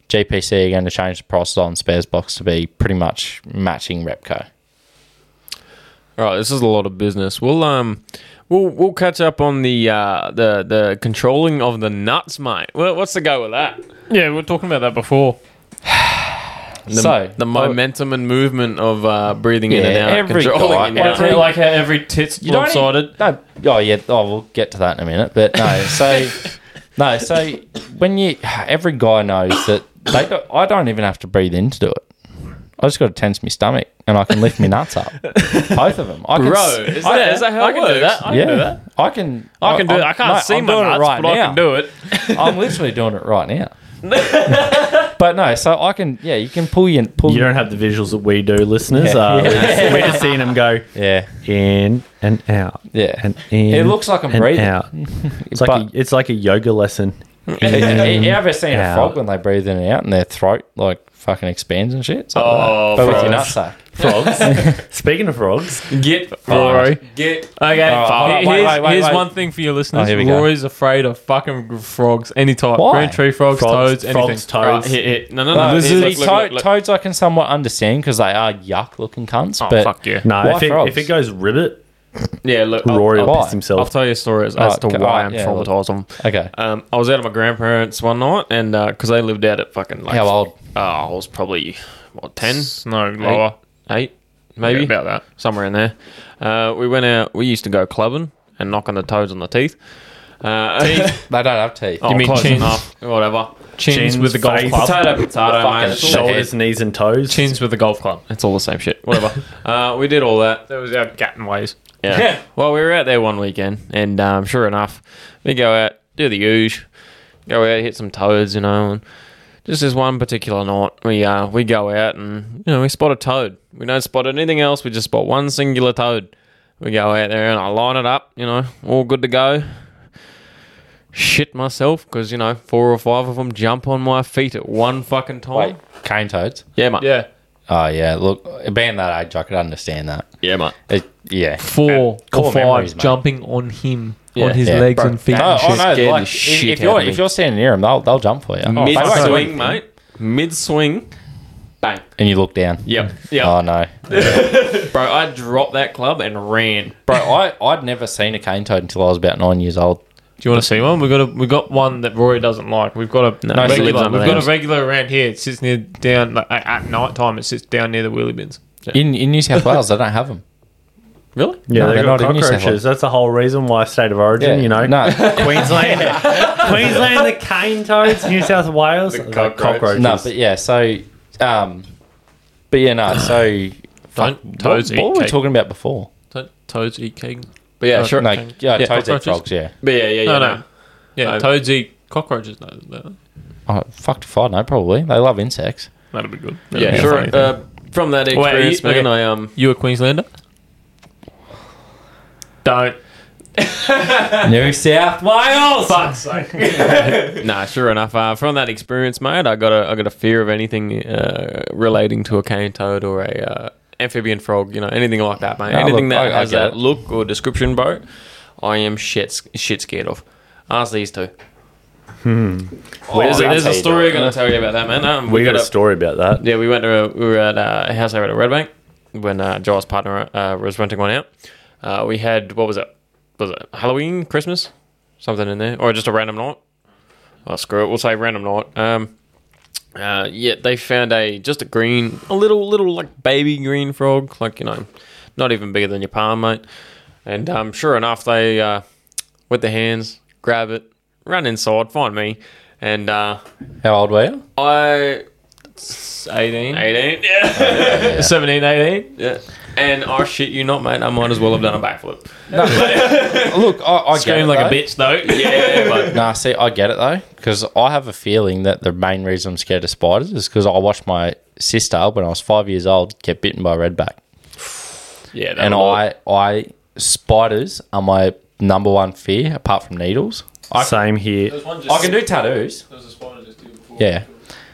S4: GPC are going to change the prices on spares box to be pretty much matching Repco.
S3: All right, this is a lot of business. We'll um, we'll we'll catch up on the uh, the the controlling of the nuts, mate. Well, what's the go with that?
S7: Yeah, we were talking about that before.
S3: The,
S4: So-
S3: the momentum and movement of uh, breathing in and
S4: Yeah,
S3: out,
S4: every
S3: controlling
S4: guy-
S3: in and
S7: Like,
S3: out.
S7: like how every tit's
S4: You don't
S7: lopsided.
S4: No, oh yeah. Oh, we'll get to that in a minute. But no, so no, so when you every guy knows that they don't, I don't even have to breathe in to do it. I just got to tense my stomach and I can lift my nuts up. Both of them. I can,
S3: Bro,
S4: s-
S3: is that, is that how
S7: I
S3: it
S7: can
S3: works?
S7: do that. I
S4: yeah,
S7: can do that.
S4: I can.
S7: I can do it. I can't
S4: mate,
S7: see
S4: I'm
S7: my
S4: doing it
S7: nuts,
S4: right
S7: but I
S4: now.
S7: can do it.
S4: I'm literally doing it right now. but no, so I can. Yeah, you can pull your pull.
S6: You don't have the visuals that we do, listeners.
S4: Yeah.
S6: Uh, We're, just, we're just seeing them go
S4: yeah,
S6: in and out.
S4: Yeah.
S6: And in
S4: It looks like I'm
S6: and
S4: breathing.
S6: Out. It's, like a,
S4: But-
S6: it's like a yoga lesson.
S4: Have you ever seen a
S6: out.
S4: frog when they breathe in and out and their throat like fucking expands and shit? It's like
S3: Oh,
S4: that. but with your
S3: frogs.
S4: nutsack.
S6: Frogs. Speaking of frogs,
S3: Get
S7: Rory.
S3: Get
S7: Okay,
S4: Oh, hold on,
S7: here's,
S4: wait, wait, wait,
S7: here's
S4: wait.
S7: one thing for your listeners.
S4: Oh, here we go.
S7: Rory's afraid of fucking frogs, any type.
S4: Why?
S7: Green tree frogs,
S6: frogs,
S7: toads, anything.
S6: frogs,
S3: Right,
S4: Uh,
S6: toads.
S3: hit, hit. No, no, no.
S4: No,
S3: This
S4: see,
S3: is
S4: to- toads I can somewhat understand because they are yuck looking cunts.
S3: Oh,
S4: but
S3: fuck yeah.
S6: no,
S4: Why
S6: if it,
S4: frogs? Oh,
S6: if it goes ribbit,
S3: Yeah, look. I'll-
S6: Rory
S3: I'll,
S6: will
S4: why?
S6: piss
S3: I'll
S6: himself.
S3: tell you a story as,
S4: Oh,
S3: as to
S4: okay,
S3: why
S4: alright,
S3: I'm
S4: yeah, look.
S3: traumatized. Them.
S4: Okay.
S3: Um, I was out at my grandparents one night, and because they lived out at fucking like
S4: How old?
S3: Oh, I was probably what ten,
S7: No, lower.
S3: eight, maybe
S1: Yeah, about that.
S3: somewhere in there. Uh, we went out. We used to go clubbing and knock on the toads on the teeth. Uh, teeth?
S4: They don't have teeth.
S3: oh,
S7: You mean
S3: close
S7: chins?
S3: enough. Whatever.
S7: Chins,
S6: Chins,
S7: with the golf
S6: face.
S7: club.
S3: Potato, potato,
S4: Fucking
S3: mate. It's all the
S6: Shoulders, knees, and toes.
S7: Chins with the golf club.
S3: It's all the same shit. Whatever. uh, we did all that.
S7: That was our Gatton ways.
S3: Yeah. Well, we were out there one weekend, and um, sure enough, we go out, do the huge, go out, hit some toads, you know, and just this one particular night, we uh, we go out and you know we spot a toad. We don't spot anything else. We just spot one singular toad. We go out there and I line it up, you know, all good to go. Shit myself because you know four or five of them jump on my feet at one fucking time.
S4: Wait, cane toads.
S3: Yeah, mate.
S7: Yeah.
S4: Oh yeah. Look, being that age, I could understand that.
S3: yeah, mate.
S4: It, yeah.
S7: Four
S4: core
S7: or five
S4: memories, mate.
S7: jumping on him,
S3: Yeah.
S7: on his
S4: Yeah.
S7: legs
S3: Bro,
S7: and feet.
S3: that
S4: No, oh,
S7: and shit.
S4: no,
S3: scared the
S4: like, if-
S3: shit
S4: if
S3: out
S4: you're
S3: of me.
S4: if you're standing near them, they'll they'll jump for you. Oh,
S3: Mid
S4: fuck.
S3: swing, mate. Mid swing, bang.
S4: and you look down.
S3: Yep. Yep.
S4: Oh no,
S3: Bro, I dropped that club and ran.
S4: bro! I I'd never seen a cane toad until I was about nine years old.
S7: Do you want to see one? We've got a we got one that Rory doesn't like. We've got a
S3: No, she lives
S7: regular.
S3: under
S7: We've
S3: the
S7: got
S3: house.
S7: a regular around here. It sits near down like, at- at night time. It sits down near the wheelie bins.
S4: In in New South Wales, they don't have them.
S3: Really?
S6: Yeah,
S4: No,
S6: they've
S4: they're
S6: got
S4: not in New South
S6: cockroaches.
S4: Wales.
S6: That's the whole reason why state of origin, you know.
S4: no,
S6: Queensland, Queensland, the cane toads, New South Wales, the cockroaches.
S4: No, but yeah, so, um, but yeah, no, so.
S7: Don't
S4: fuck,
S7: toads
S4: what,
S7: eat
S4: What were we
S7: cake?
S4: talking about before?
S7: Don't toads eat cake?
S3: But yeah, sure.
S4: No,
S3: But
S4: yeah,
S3: Yeah,
S4: toads eat
S7: cockroaches.
S4: frogs, yeah.
S3: yeah, yeah, yeah.
S7: Oh, No, no. Yeah,
S3: No.
S7: toads eat cockroaches. No, no.
S4: Oh, fuck if I know, probably. They love insects.
S7: that'd be good.
S3: Yeah,
S7: That'd be a funny
S3: sure.
S7: thing.
S3: Uh, from that
S7: Wait, are you-
S3: experience, man,
S7: okay.
S3: I um.
S7: you a Queenslander? Don't.
S4: New South Wales!
S7: Fuck's sake.
S3: Nah, sure enough. Uh, from that experience, mate, I got a I got a fear of anything uh, relating to a cane toad or a uh, amphibian frog. You know, anything like that, mate.
S4: No,
S3: anything
S4: look,
S3: that
S4: I- I
S3: has
S4: get
S3: that
S4: it.
S3: look or description, bro. I am shit shit scared of. Ask these two. Hmm. There's, a,
S4: I'll
S3: there's a
S4: tell you
S3: story I'm gonna tell you about that, man. Um,
S6: we got a
S3: gotta-
S6: story about that.
S3: Uh, Yeah, we went to a, we were at uh, a house over at Redbank when uh, Joel's partner uh, was renting one out. Uh, we had what was it? Was it Halloween, Christmas, something in there, or just a random night? Oh, screw it. We'll say random night. Um, uh, yeah, they found a just a green, a little little like baby green frog, like you know, not even bigger than your palm, mate. And um, sure enough, they uh, with their hands grab it, run inside, find me, and uh,
S4: Oh, How old were you?
S3: I s- 18.
S1: 18. Yeah.
S3: 17, 18. Yeah. And I shit you not, mate. I might as well have done a backflip.
S4: Look, I, I get it,
S3: Scream like
S4: though.
S3: a bitch, though. Yeah, but
S4: Nah, see, I get it though, because I have a feeling that the main reason I'm scared of spiders is because I watched my sister when I was five years old get bitten by a redback,
S3: yeah, that
S4: and
S3: will-
S4: I, I spiders are my number one fear apart from needles.
S6: Same here.
S7: There's one
S4: I can do tattoos.
S7: There was a spider just here before.
S4: Yeah,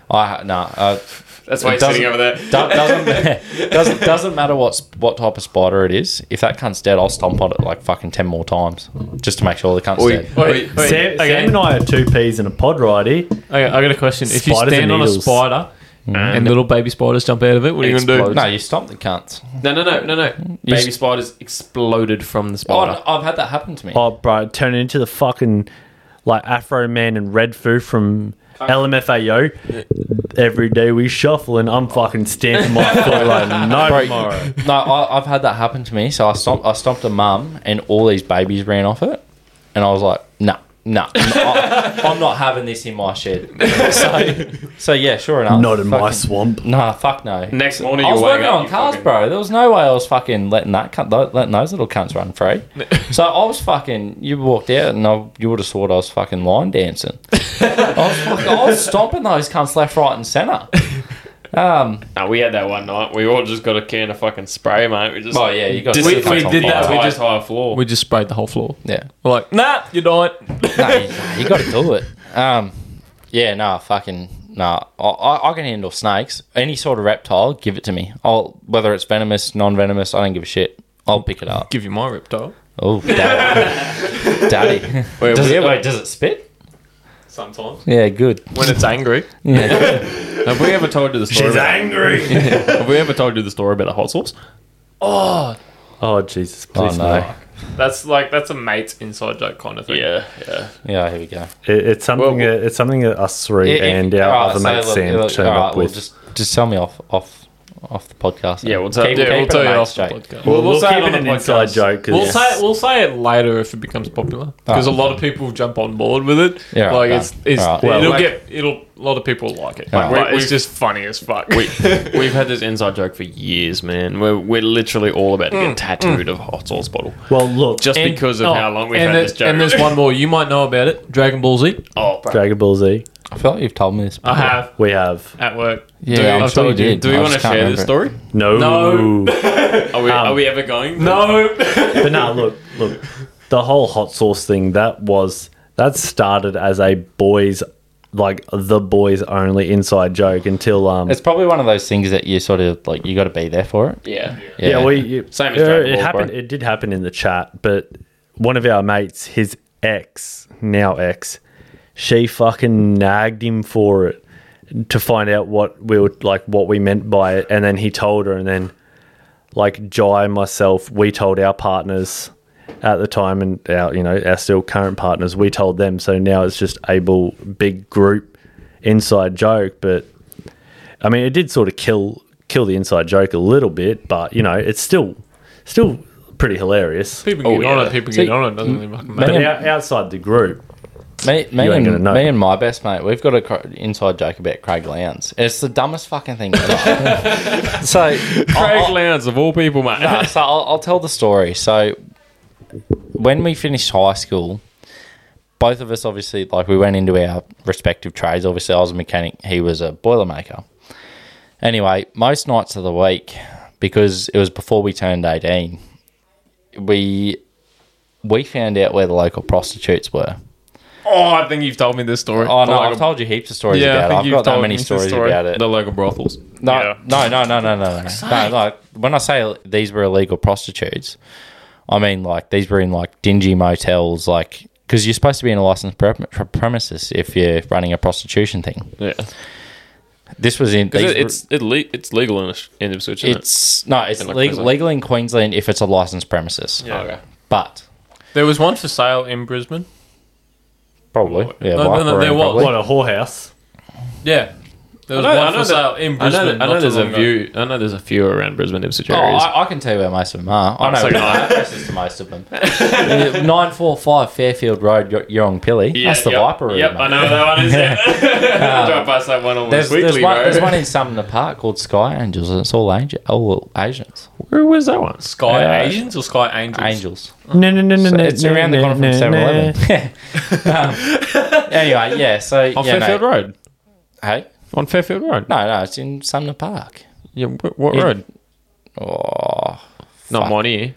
S4: I no. Uh,
S3: That's why he's
S4: it
S3: sitting
S4: doesn't-
S3: over there.
S4: do- doesn't doesn't doesn't matter what sp- what type of spider it is. If that cunt's dead, I'll stomp on it like fucking ten more times just to make sure the cunt's
S3: Oi,
S4: dead.
S3: oi, oi.
S6: Sam, Sam and I are two peas in a pod right here.
S7: Okay, I got a question. If you
S6: Spiders and
S7: stand on a
S6: needles.
S7: spider
S3: Mm.
S7: and little baby spiders jump out of it, what are you going to do?
S4: No, you stomp the cunts.
S3: No, no, no, no, no. Baby spiders exploded from the
S4: Oh,
S3: spider.
S4: no, I've had that happen to me.
S6: Oh, bro, turn into the fucking like Afro Man and Red Foo from LMFAO. Every day we shuffle, and I'm fucking stamping my foot like no
S4: Bro,
S6: tomorrow.
S4: No, I, I've had that happen to me. So I stomped, I stomped a mum, and all these babies ran off it, and I was like, no. No, I, I'm not having this in my shed. So, so yeah, sure enough.
S6: Not in my
S4: fucking-
S6: swamp.
S4: Nah, fuck no.
S3: Next morning,
S4: I
S3: you're
S4: was
S3: waking
S4: working
S3: up.
S4: on
S3: you
S4: cars,
S3: fucking-
S4: bro. There was no way I was fucking letting that cunt, tho- letting those little cunts run free. so I was fucking. You walked out, and I, you would have thought I was fucking line dancing. I was fucking, I was stomping those cunts left, right, and centre. Um,
S3: No, we had that one night. We all just got a can of fucking spray, mate. We just
S4: oh yeah, you got.
S3: Dis-
S4: to
S3: we,
S4: see the
S3: we
S4: cunts on
S3: did that.
S4: fire.
S3: We just high floor.
S7: We just sprayed the whole floor.
S4: yeah.
S7: We're like, nah, you're dying.
S4: no, you, you got to do it. Um, yeah, no, fucking no. I, I, I can handle snakes. Any sort of reptile, give it to me. I'll whether it's venomous, non-venomous, I don't give a shit. I'll pick it up.
S7: Give you my reptile.
S4: Oh, daddy. daddy.
S3: Wait,
S4: Does
S3: we
S4: it,
S3: ever-
S4: wait, does it spit?
S7: Sometimes.
S4: Yeah, good.
S3: when it's angry. have we ever told you the story?
S6: She's
S3: About,
S6: angry.
S3: have we ever told you the story about the hot sauce?
S6: oh Jesus!
S4: Oh
S6: Please no.
S4: no.
S7: That's like, that's a mate's inside joke kind of thing.
S3: Yeah, yeah.
S4: Yeah, here we go.
S6: It, it's something.
S3: Well,
S6: that, it's something that us three and our
S4: Alright,
S6: other
S4: so
S6: mate
S4: look,
S6: Sam
S4: look,
S6: came
S4: alright,
S6: up
S4: well,
S6: with.
S4: just just tell me off off off the podcast.
S3: Yeah, we'll tell-
S4: Keep-
S3: yeah,
S4: keep
S3: we'll
S4: it
S3: tell you
S4: mates
S3: off the
S4: straight.
S3: podcast.
S6: We'll,
S7: we'll
S6: we'll
S7: say it
S6: keep
S7: on
S6: it
S7: the
S6: an
S7: podcast.
S6: inside joke. 'cause
S7: We'll
S6: it's-
S7: say it, we'll say it later if it becomes popular because
S4: Alright.
S7: a lot of people jump on board with it.
S4: Yeah,
S7: like
S4: alright,
S7: it's,
S4: done.
S7: it's
S4: Alright.
S7: it'll
S6: Well, like-
S7: get it'll a lot of people will like it. Like,
S4: Alright.
S7: like,
S3: We-
S7: it's
S3: we-
S7: just funny as fuck.
S3: We we've had this inside joke for years, man. We're we're literally all about to get tattooed of hot sauce bottle
S6: well, look,
S3: Mm, just because of
S7: oh,
S3: how long we've
S7: and
S3: had
S7: there-
S3: this joke.
S7: And there's one more you might know about it. Dragon Ball Z.
S3: oh, bro.
S6: Dragon Ball Z.
S4: I feel like you've told me this.
S7: I have
S6: We have
S7: at work.
S4: Yeah,
S3: Do we-
S4: I'm
S3: I've
S4: sure you
S3: told you.
S4: did.
S3: Do we
S4: I
S3: want to
S4: just can't
S3: share
S4: remember
S3: this
S4: it.
S3: story?
S6: no.
S7: No.
S3: Are we, are we ever going?
S7: No,
S6: but now look, look, the whole hot sauce thing that was that started as a boys, like the boys only inside joke until um.
S4: It's probably one of those things that you sort of like you got to be there for it.
S3: Yeah.
S6: yeah, we you,
S3: Same as
S6: yeah,
S3: Dragon
S6: it
S3: Ball,
S6: happened.
S3: bro.
S6: It did happen in the chat, but one of our mates, his ex, now ex, she fucking nagged him for it to find out what we were like, what we meant by it, and then he told her, and then like Jai and myself, we told our partners at the time, and our you know our still current partners, we told them. So now it's just a bull- big group inside joke, but I mean, it did sort of kill kill the inside joke a little bit, but you know, it's still still pretty hilarious.
S7: people get
S3: Oh,
S7: on
S3: yeah.
S7: it. People
S4: See,
S7: get on it. Doesn't really fucking
S6: But
S7: matter.
S6: out- outside the group,
S4: Me, me,
S6: You ain't
S4: and,
S6: gonna know.
S4: me and my best mate, we've got an inside joke about Craig Lowndes. It's the dumbest fucking thing ever. so,
S7: Oh.
S3: Craig
S4: I'll,
S3: Lowndes of all people, mate.
S4: I'll, Uh, so I'll, I'll tell the story. So, when we finished high school, both of us obviously, like, we went into our respective trades. Obviously, I was a mechanic, he was a boilermaker. Anyway, most nights of the week, because it was before we turned 18, we we found out where the local prostitutes were.
S3: Oh, I think you've told me this story.
S4: Oh no,
S3: The
S4: I've
S3: local-
S4: told you heaps of stories
S3: Yeah, I
S4: about it.
S3: think
S4: I've
S3: you've
S4: got that
S3: told
S4: many
S3: me this
S4: stories
S3: story.
S4: about it.
S3: The local brothels.
S4: No,
S7: Yeah.
S4: no, no, no, no, no, no. no like when I say these were illegal prostitutes, I mean like these were in like dingy motels, like because you're supposed to be in a licensed pre- pre- premises if you're running a prostitution thing.
S3: Yeah,
S4: This was in
S3: because
S4: these
S3: it,
S4: were-
S3: it's it le- it's legal in Aus- in Ipswich. Isn't
S4: it's no, it's
S3: In, like,
S4: legal,
S3: prison.
S4: legal in Queensland if it's a licensed premises.
S3: it? Yeah. Okay.
S4: But
S7: There was one for sale in Brisbane.
S4: probably, yeah,
S7: No, no, no,
S4: Blackburn
S7: there was-
S4: probably.
S6: what a whorehouse.
S7: Yeah, There was
S3: I know- I
S7: one
S3: know
S7: for
S3: that-
S7: sale in
S3: I
S7: Brisbane.
S3: know, I
S7: not
S3: know
S7: too
S3: there's a
S7: long ago.
S3: few. I know there's a few around Brisbane hipster
S4: Oh,
S3: areas.
S4: I, I can tell you where most of them are. I know
S3: so
S4: where
S3: can I.
S4: my addresses to most of them. Nine four five Fairfield Road, Yo- Yorong Pilly.
S3: Yeah,
S4: That's the
S3: yep,
S4: Viper Room.
S3: Yep,
S4: mate.
S3: I know that one is. Yeah. Drive past that one almost
S4: There's,
S3: weekly,
S4: there's, one,
S3: bro.
S4: there's one in Sumner Park called Sky Angels, and it's all Angel, all Asians,
S3: Where was that one?
S7: Sky
S4: Yeah.
S7: Asians or Sky Angels?
S4: angels.
S6: No, no, no, no,
S4: So
S6: no.
S4: it's
S6: no,
S4: around the
S6: no,
S4: corner from
S6: no,
S4: 7-Eleven. Um, anyway, yeah. So
S3: On
S4: yeah,
S3: Fairfield
S4: no,
S3: Road.
S4: hey,
S3: On Fairfield Road.
S4: no, no, it's in Sumner Park.
S3: Yeah, wh- what
S4: Yeah.
S3: road?
S4: Oh,
S3: Not
S4: Fuck.
S3: Monty.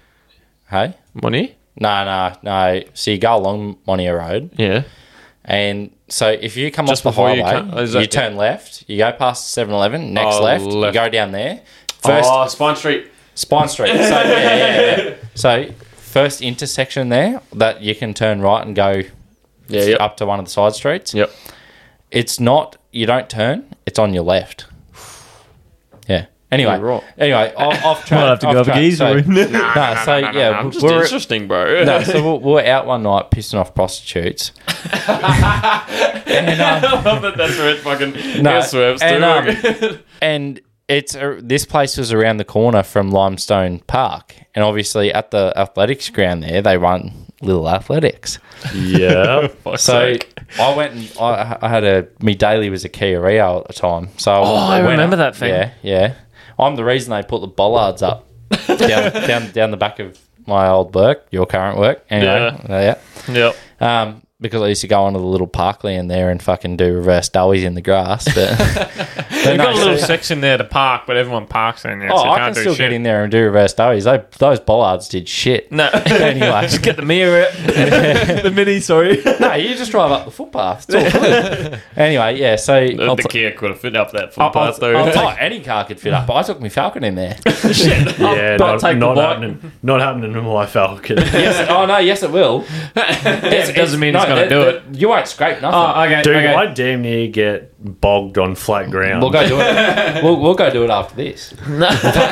S4: hey,
S3: Monty?
S4: no, no, no. So you go along Monia Road,
S3: Yeah.
S4: And so if you come
S3: Just
S4: off the
S3: before
S4: highway,
S3: you
S4: you,
S3: come- is that-
S4: turn left, you go past 7-Eleven, next
S3: Oh,
S4: left,
S3: left.
S4: you go down there. First
S3: oh, Spine Street.
S4: Spine Street. So yeah, yeah, yeah. So first intersection there that you can turn right and go
S3: Yeah, yep.
S4: up to one of the side streets.
S3: Yep.
S4: It's not you don't turn, it's on your left. Yeah. Anyway,
S3: You're right.
S4: anyway, off, off track.
S7: Might have to
S4: off
S7: go up
S4: track.
S7: Geezer
S4: So,
S7: Room.
S4: nah, so yeah,
S3: I'm just
S4: we're,
S3: interesting, bro.
S4: no, so we're, we're out one night pissing off prostitutes. and um,
S3: I love that that's where it fucking
S4: No,
S3: no. swerves
S4: and, um,
S3: through.
S4: and it's a, this place was around the corner from Limestone Park, and obviously at the athletics ground there they run little athletics.
S6: Yeah.
S3: Fuck's
S4: So
S3: sake.
S4: I went and I, I had a me daily was a Kia Rio at the time. So oh,
S7: I remember that thing.
S4: Yeah, yeah. I'm the reason they put the bollards up down, down down the back of my old work, your current work. Anyway, Uh, yeah.
S3: Yep.
S4: Um, because I used to go onto the little parkland there and fucking do reverse dowies in the grass. But, but
S7: They've
S4: no,
S7: got a little
S4: so-
S7: section there to park, but everyone parks in there.
S4: Oh,
S7: so you
S4: I
S7: can't
S4: can
S7: do
S4: still
S7: shit.
S4: get in there and do reverse doughies. They, those bollards did shit.
S7: No.
S4: Anyway,
S7: Just get the mirror. the mini, sorry.
S4: no, you just drive up the footpath. It's all good. anyway, yeah. So
S3: The,
S4: I'll
S3: the
S4: t-
S3: Kia could have fit up that
S4: I'll-
S3: footpath,
S4: I'll-
S3: though.
S4: I'll tell you, any car could fit up. I took my Falcon in there.
S6: yeah,
S7: I'll
S6: not,
S7: take the
S6: not
S7: bike.
S6: happening. Not happening in my Falcon.
S4: yes, oh no, yes, it will. yes,
S7: it doesn't mean it's gonna
S4: that-
S7: do
S4: that- You won't scrape nothing.
S7: Oh, okay.
S6: Dude,
S7: okay.
S6: I damn near get bogged on flat ground.
S4: We'll go do it. we'll, we'll go do it after this.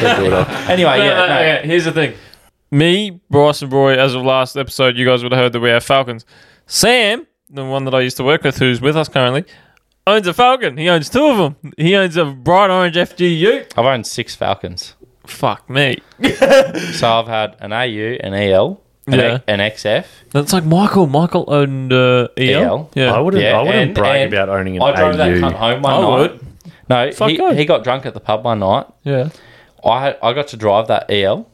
S4: anyway,
S7: No,
S4: yeah,
S7: no,
S4: no,
S7: okay, Here's the thing. Me, Bryce, and Roy, as of last episode, you guys would have heard that we have Falcons. Sam, the one that I used to work with, who's with us currently, owns a Falcon. He owns two of them. He owns a bright orange FG Ute.
S4: I've owned six Falcons,
S7: Fuck me.
S4: so I've had an AU, an EL, an, E,
S7: Yeah.
S4: an XF.
S7: That's like Michael. Michael owned uh, EL.
S4: EL?
S7: Yeah.
S6: I wouldn't.
S4: Yeah,
S6: I wouldn't
S4: and-
S6: brag
S4: and
S6: about owning an
S4: I drove
S6: AU.
S4: that cunt home one
S7: I
S4: night.
S7: would.
S4: No,
S7: Fuck
S4: he,
S7: good.
S4: he got drunk at the pub one night.
S7: Yeah.
S4: I I got to drive that EL.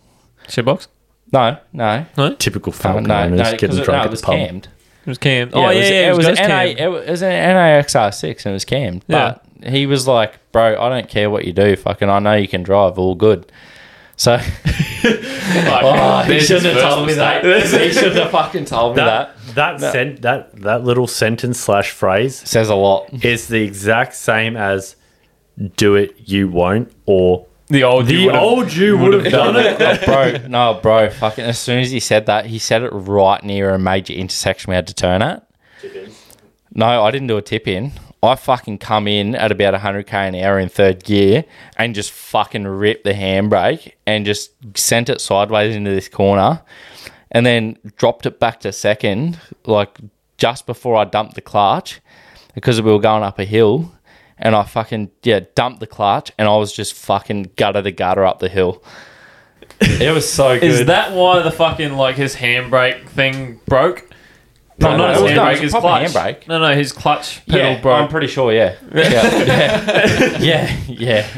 S7: Shitbox.
S4: No, no,
S6: Typical
S4: no,
S6: Falcon
S4: no,
S6: owners
S4: 'cause
S6: getting
S4: it,
S6: drunk
S4: no, it
S6: at
S4: was
S6: the pub.
S4: cammed.
S7: It was Cam. oh, yeah, yeah.
S4: it was,
S7: it was
S4: an NA,
S7: Cam.
S4: it was an NAXR6 and it was cammed.
S7: Yeah.
S4: But he was like, bro, I don't care what you do. Fucking, I know you can drive. All good. So oh, he
S3: There's
S4: shouldn't have
S3: his
S4: told me
S3: first
S4: that. he shouldn't have fucking told me that.
S6: That that sen- that that little sentence slash phrase
S4: Says a lot.
S6: is the exact same as "do it, you won't" or
S7: the old. you
S6: "the
S7: would've-
S6: old you would have done it."
S4: Oh, bro, no, bro, fucking. As soon as he said that, he said it right near a major intersection we had to turn at. No, I didn't do a tip in. I fucking come in at about 100k an hour in third gear and just fucking ripped the handbrake and just sent it sideways into this corner and then dropped it back to second, like just before I dumped the clutch because we were going up a hill. And I fucking, yeah, dumped the clutch and I was just fucking gutter to gutter up the hill. It was so good.
S7: Is that why the fucking like his handbrake thing broke? No,
S4: No,
S7: not
S4: no,
S7: his
S4: it was- no, it
S7: handbrake,
S4: was a
S7: his
S4: proper
S7: clutch.
S4: handbrake.
S7: No, no, his clutch pedal
S4: yeah, I'm
S7: broke.
S4: pretty sure, yeah. Yeah, yeah,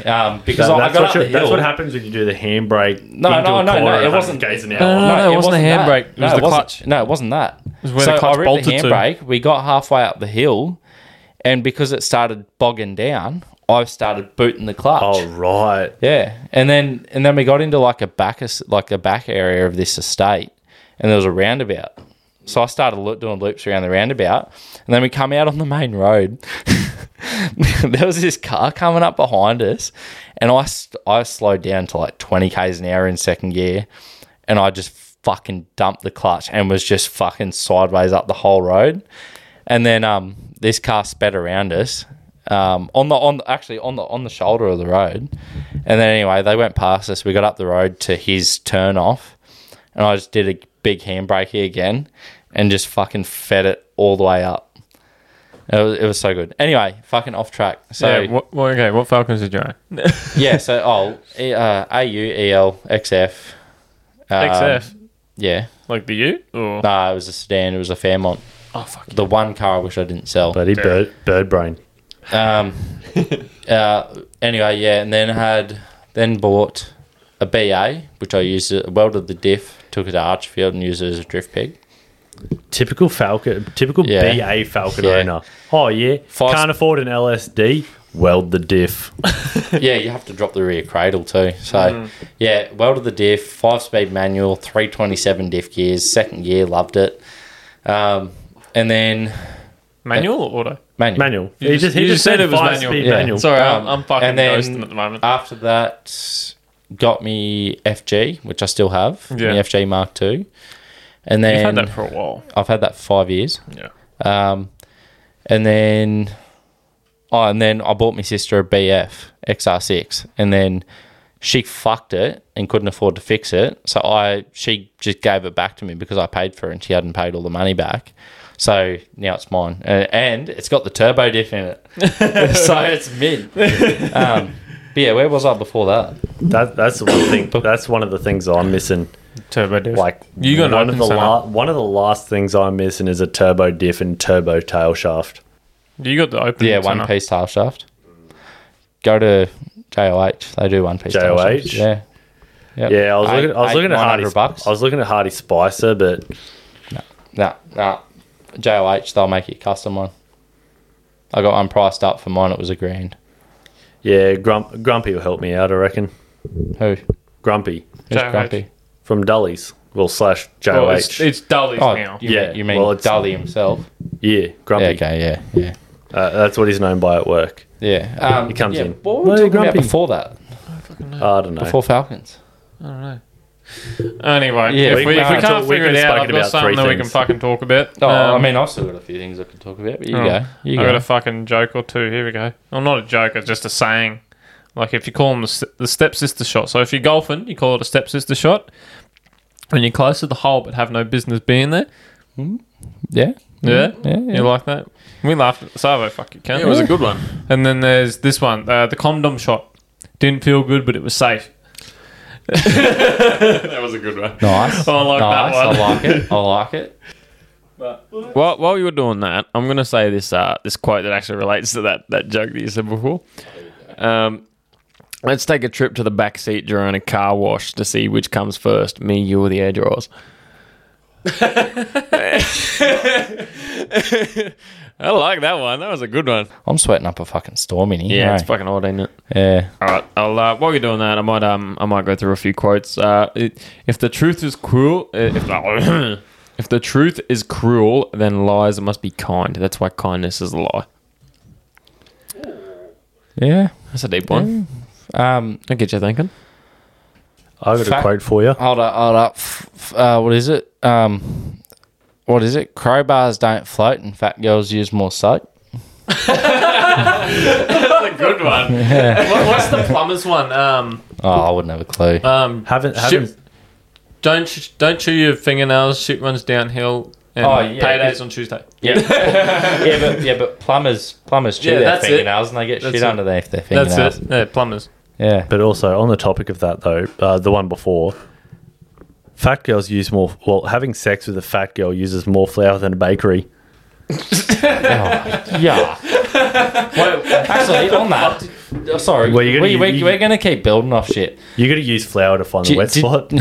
S4: yeah. Um, because I, I
S6: that's,
S4: got
S6: what
S4: up the
S6: you- that's
S4: hill.
S6: what happens when you do the handbrake.
S4: No,
S6: into
S4: no,
S6: a
S4: no, no,
S6: corner
S4: it
S6: at
S4: wasn't- Uh,
S6: 100 k's an
S7: no,
S6: hour.
S7: no, no, it wasn't the
S4: that.
S7: handbrake, it was
S4: it
S7: the
S4: wasn't-
S7: clutch.
S4: No, it wasn't that. It
S7: was where the clutch
S4: I ripped the
S7: bolted to.
S4: handbrake. We got halfway up the hill, and because it started bogging down, I started booting the clutch.
S6: Oh right.
S4: Yeah, and then and then we got into like a back like a back area of this estate, and there was a roundabout. So I started lo- doing loops around the roundabout, and then we come out on the main road. there was this car coming up behind us, and I s- I slowed down to like twenty k's an hour in second gear, and I just fucking dumped the clutch and was just fucking sideways up the whole road, and then um this car sped around us. Um, on the on actually on the on the shoulder of the road, and then anyway they went past us. We got up the road to his turn off, and I just did a big handbrake here again, and just fucking fed it all the way up. It was, it was so good. Anyway, fucking off track. So
S7: yeah, what, well, okay, what Falcons did you own?
S4: yeah, so oh, E- uh, AU, EL, XF. Um,
S7: XF.
S4: Yeah.
S7: Like the U? Or?
S4: Nah, it was a sedan. It was a Fairmont.
S7: Oh, fuck.
S4: The one car I wish I didn't sell.
S6: Bloody bird, bird brain.
S4: Um, uh, anyway, yeah, and then had then bought a BA, which I used to, welded the diff, took it to Archfield and used it as a drift peg.
S6: Typical Falcon, typical
S4: Yeah.
S6: BA Falcon
S4: Yeah.
S6: owner. Oh yeah,
S4: Five-
S6: can can't afford an LSD. Weld the diff.
S4: yeah, you have to drop the rear cradle too. So
S7: Mm.
S4: yeah, welded the diff, five speed manual, three twenty seven diff gears, second gear, loved it. Um, and then
S7: Manual or auto?
S4: manual.
S6: Manual.
S7: You just- you just said it was
S6: five
S7: manual.
S6: speed
S4: Yeah.
S6: manual.
S7: Sorry,
S4: Um,
S7: I'm, I'm fucking
S4: and then-
S7: ghosting at the moment.
S4: After that, got me FG, which I still have, the
S7: Yeah.
S4: FG Mark II. And
S7: You've had
S4: then
S7: that for a while.
S4: I've had that for five years.
S7: Yeah.
S4: Um, and then, oh, and then I bought my sister a BF XR6, and then she fucked it and couldn't afford to fix it, so I she just gave it back to me because I paid for it and she hadn't paid all the money back. So now it's mine, Uh, and it's got the turbo diff in it, so it's mint. Um, but yeah, where was I before that?
S6: That, that's the one thing. That's one of the things I'm missing.
S7: Turbo diff.
S6: Like
S7: You got an
S6: one of
S7: open
S6: the
S7: center.
S6: la- one of the last things I'm missing is a turbo diff and turbo tail shaft.
S7: you got the open.
S4: Yeah, one
S7: center.
S4: piece tail shaft. Go to JOH; they do one piece. tail
S6: JOH?
S4: shafts. yeah. Yep.
S6: Yeah, I was
S4: Eight-
S6: looking. I was
S4: eight,
S6: looking at Hardy.
S4: 900 bucks.
S6: I was looking at Hardy Spicer, but
S4: No, no. JOH, they'll make you a custom one. I got one priced up for mine. It was a grand.
S6: yeah, Grump, Grumpy will help me out. I reckon.
S4: Who? Who's
S6: Grumpy
S7: JOH.
S4: Grumpy?
S6: from Dully's, well slash JOH.
S7: Well, it's, it's Dully's
S4: Oh,
S7: now.
S4: you yeah.
S6: Yeah,
S4: Mean, you mean
S6: well, it's-
S4: Dully himself?
S6: yeah, Grumpy.
S4: Yeah, okay, yeah, yeah,
S6: uh, that's what he's known by at work.
S4: yeah. Um,
S6: He comes
S4: yeah,
S6: in.
S4: What were we
S6: Hey,
S4: talking
S6: Grumpy.
S4: about before that?
S6: I don't know.
S4: Before Falcons?
S7: I don't know. Anyway,
S4: Yeah,
S7: if we,
S4: we-
S7: if we
S4: we've
S7: can't
S6: talked- we've
S7: figure it
S6: been
S7: out, I've
S6: spoken
S7: got
S6: about
S7: something
S6: three
S7: that we can
S6: things.
S7: fucking talk about.
S4: Oh, I
S7: Um,
S4: mean, I've still got a few things I could talk about, but you
S7: oh,
S4: go. You
S7: I
S4: go.
S7: got a fucking joke or two. Here we go. Well, not a joke. It's just a saying. Like if you call them the, st- the stepsister shot. So if you're golfing, you call it a stepsister shot. When you're close to the hole but have no business being there.
S4: yeah?
S7: Yeah,
S4: Yeah, yeah.
S7: you like that? We laughed at the Savo. Fuck you, can
S3: It was a good one.
S7: And then there's this one, uh, the condom shot. Didn't feel good, but it was safe.
S3: That was a good one.
S4: Nice.
S7: Oh, I like
S4: nice.
S7: that one.
S4: I like it. I like it.
S3: While, while you were doing that, I'm going to say this uh, this quote that actually relates to that, that joke that you said before. Um, let's take a trip to the back seat during a car wash to see which comes first, me, you, or the air dryers. I like that one. That was a good one.
S4: I'm sweating up a fucking storm in here.
S3: Yeah, it's
S4: eh?
S3: fucking odd, ain't it?
S4: yeah.
S3: All right. I'll, uh, while you're doing that, I might um I might go through a few quotes. Uh, it- if the truth is cruel, uh, if if the truth is cruel, then lies must be kind. That's why kindness is a lie.
S4: Yeah.
S3: That's a deep one.
S4: Um,
S3: I get you thinking.
S6: I got
S4: Fact-
S6: a quote for you.
S4: Hold up, hold up. F- f- uh, what is it? Um, what is it? Crowbars don't float, and fat girls use more soap.
S7: That's a good one. What- What's the plumber's one? Um,
S4: Oh, I wouldn't have a clue.
S7: um,
S6: Haven't haven't
S7: shoot, don't sh- don't chew your fingernails. Shit runs downhill. And
S4: Oh, yeah,
S7: paydays on Tuesday.
S4: yeah, yeah, but yeah, but plumbers, plumbers chew
S7: Yeah,
S4: their
S7: that's it.
S4: fingernails and they get
S7: That's
S4: shit
S7: it.
S4: underneath their
S7: That's
S4: fingernails.
S7: it. Yeah, plumbers.
S4: Yeah,
S6: But also on the topic of that though, uh, the one before, fat girls use more. Well, having sex with a fat girl uses more flour than a bakery.
S4: yeah. well, actually, on that. oh, Sorry,
S6: Well, you're gonna-
S4: we,
S6: you-
S4: we,
S6: you-
S4: we're going to keep building off shit.
S6: You got to use flour to find
S4: Did-
S6: the wet
S4: did-
S6: spot.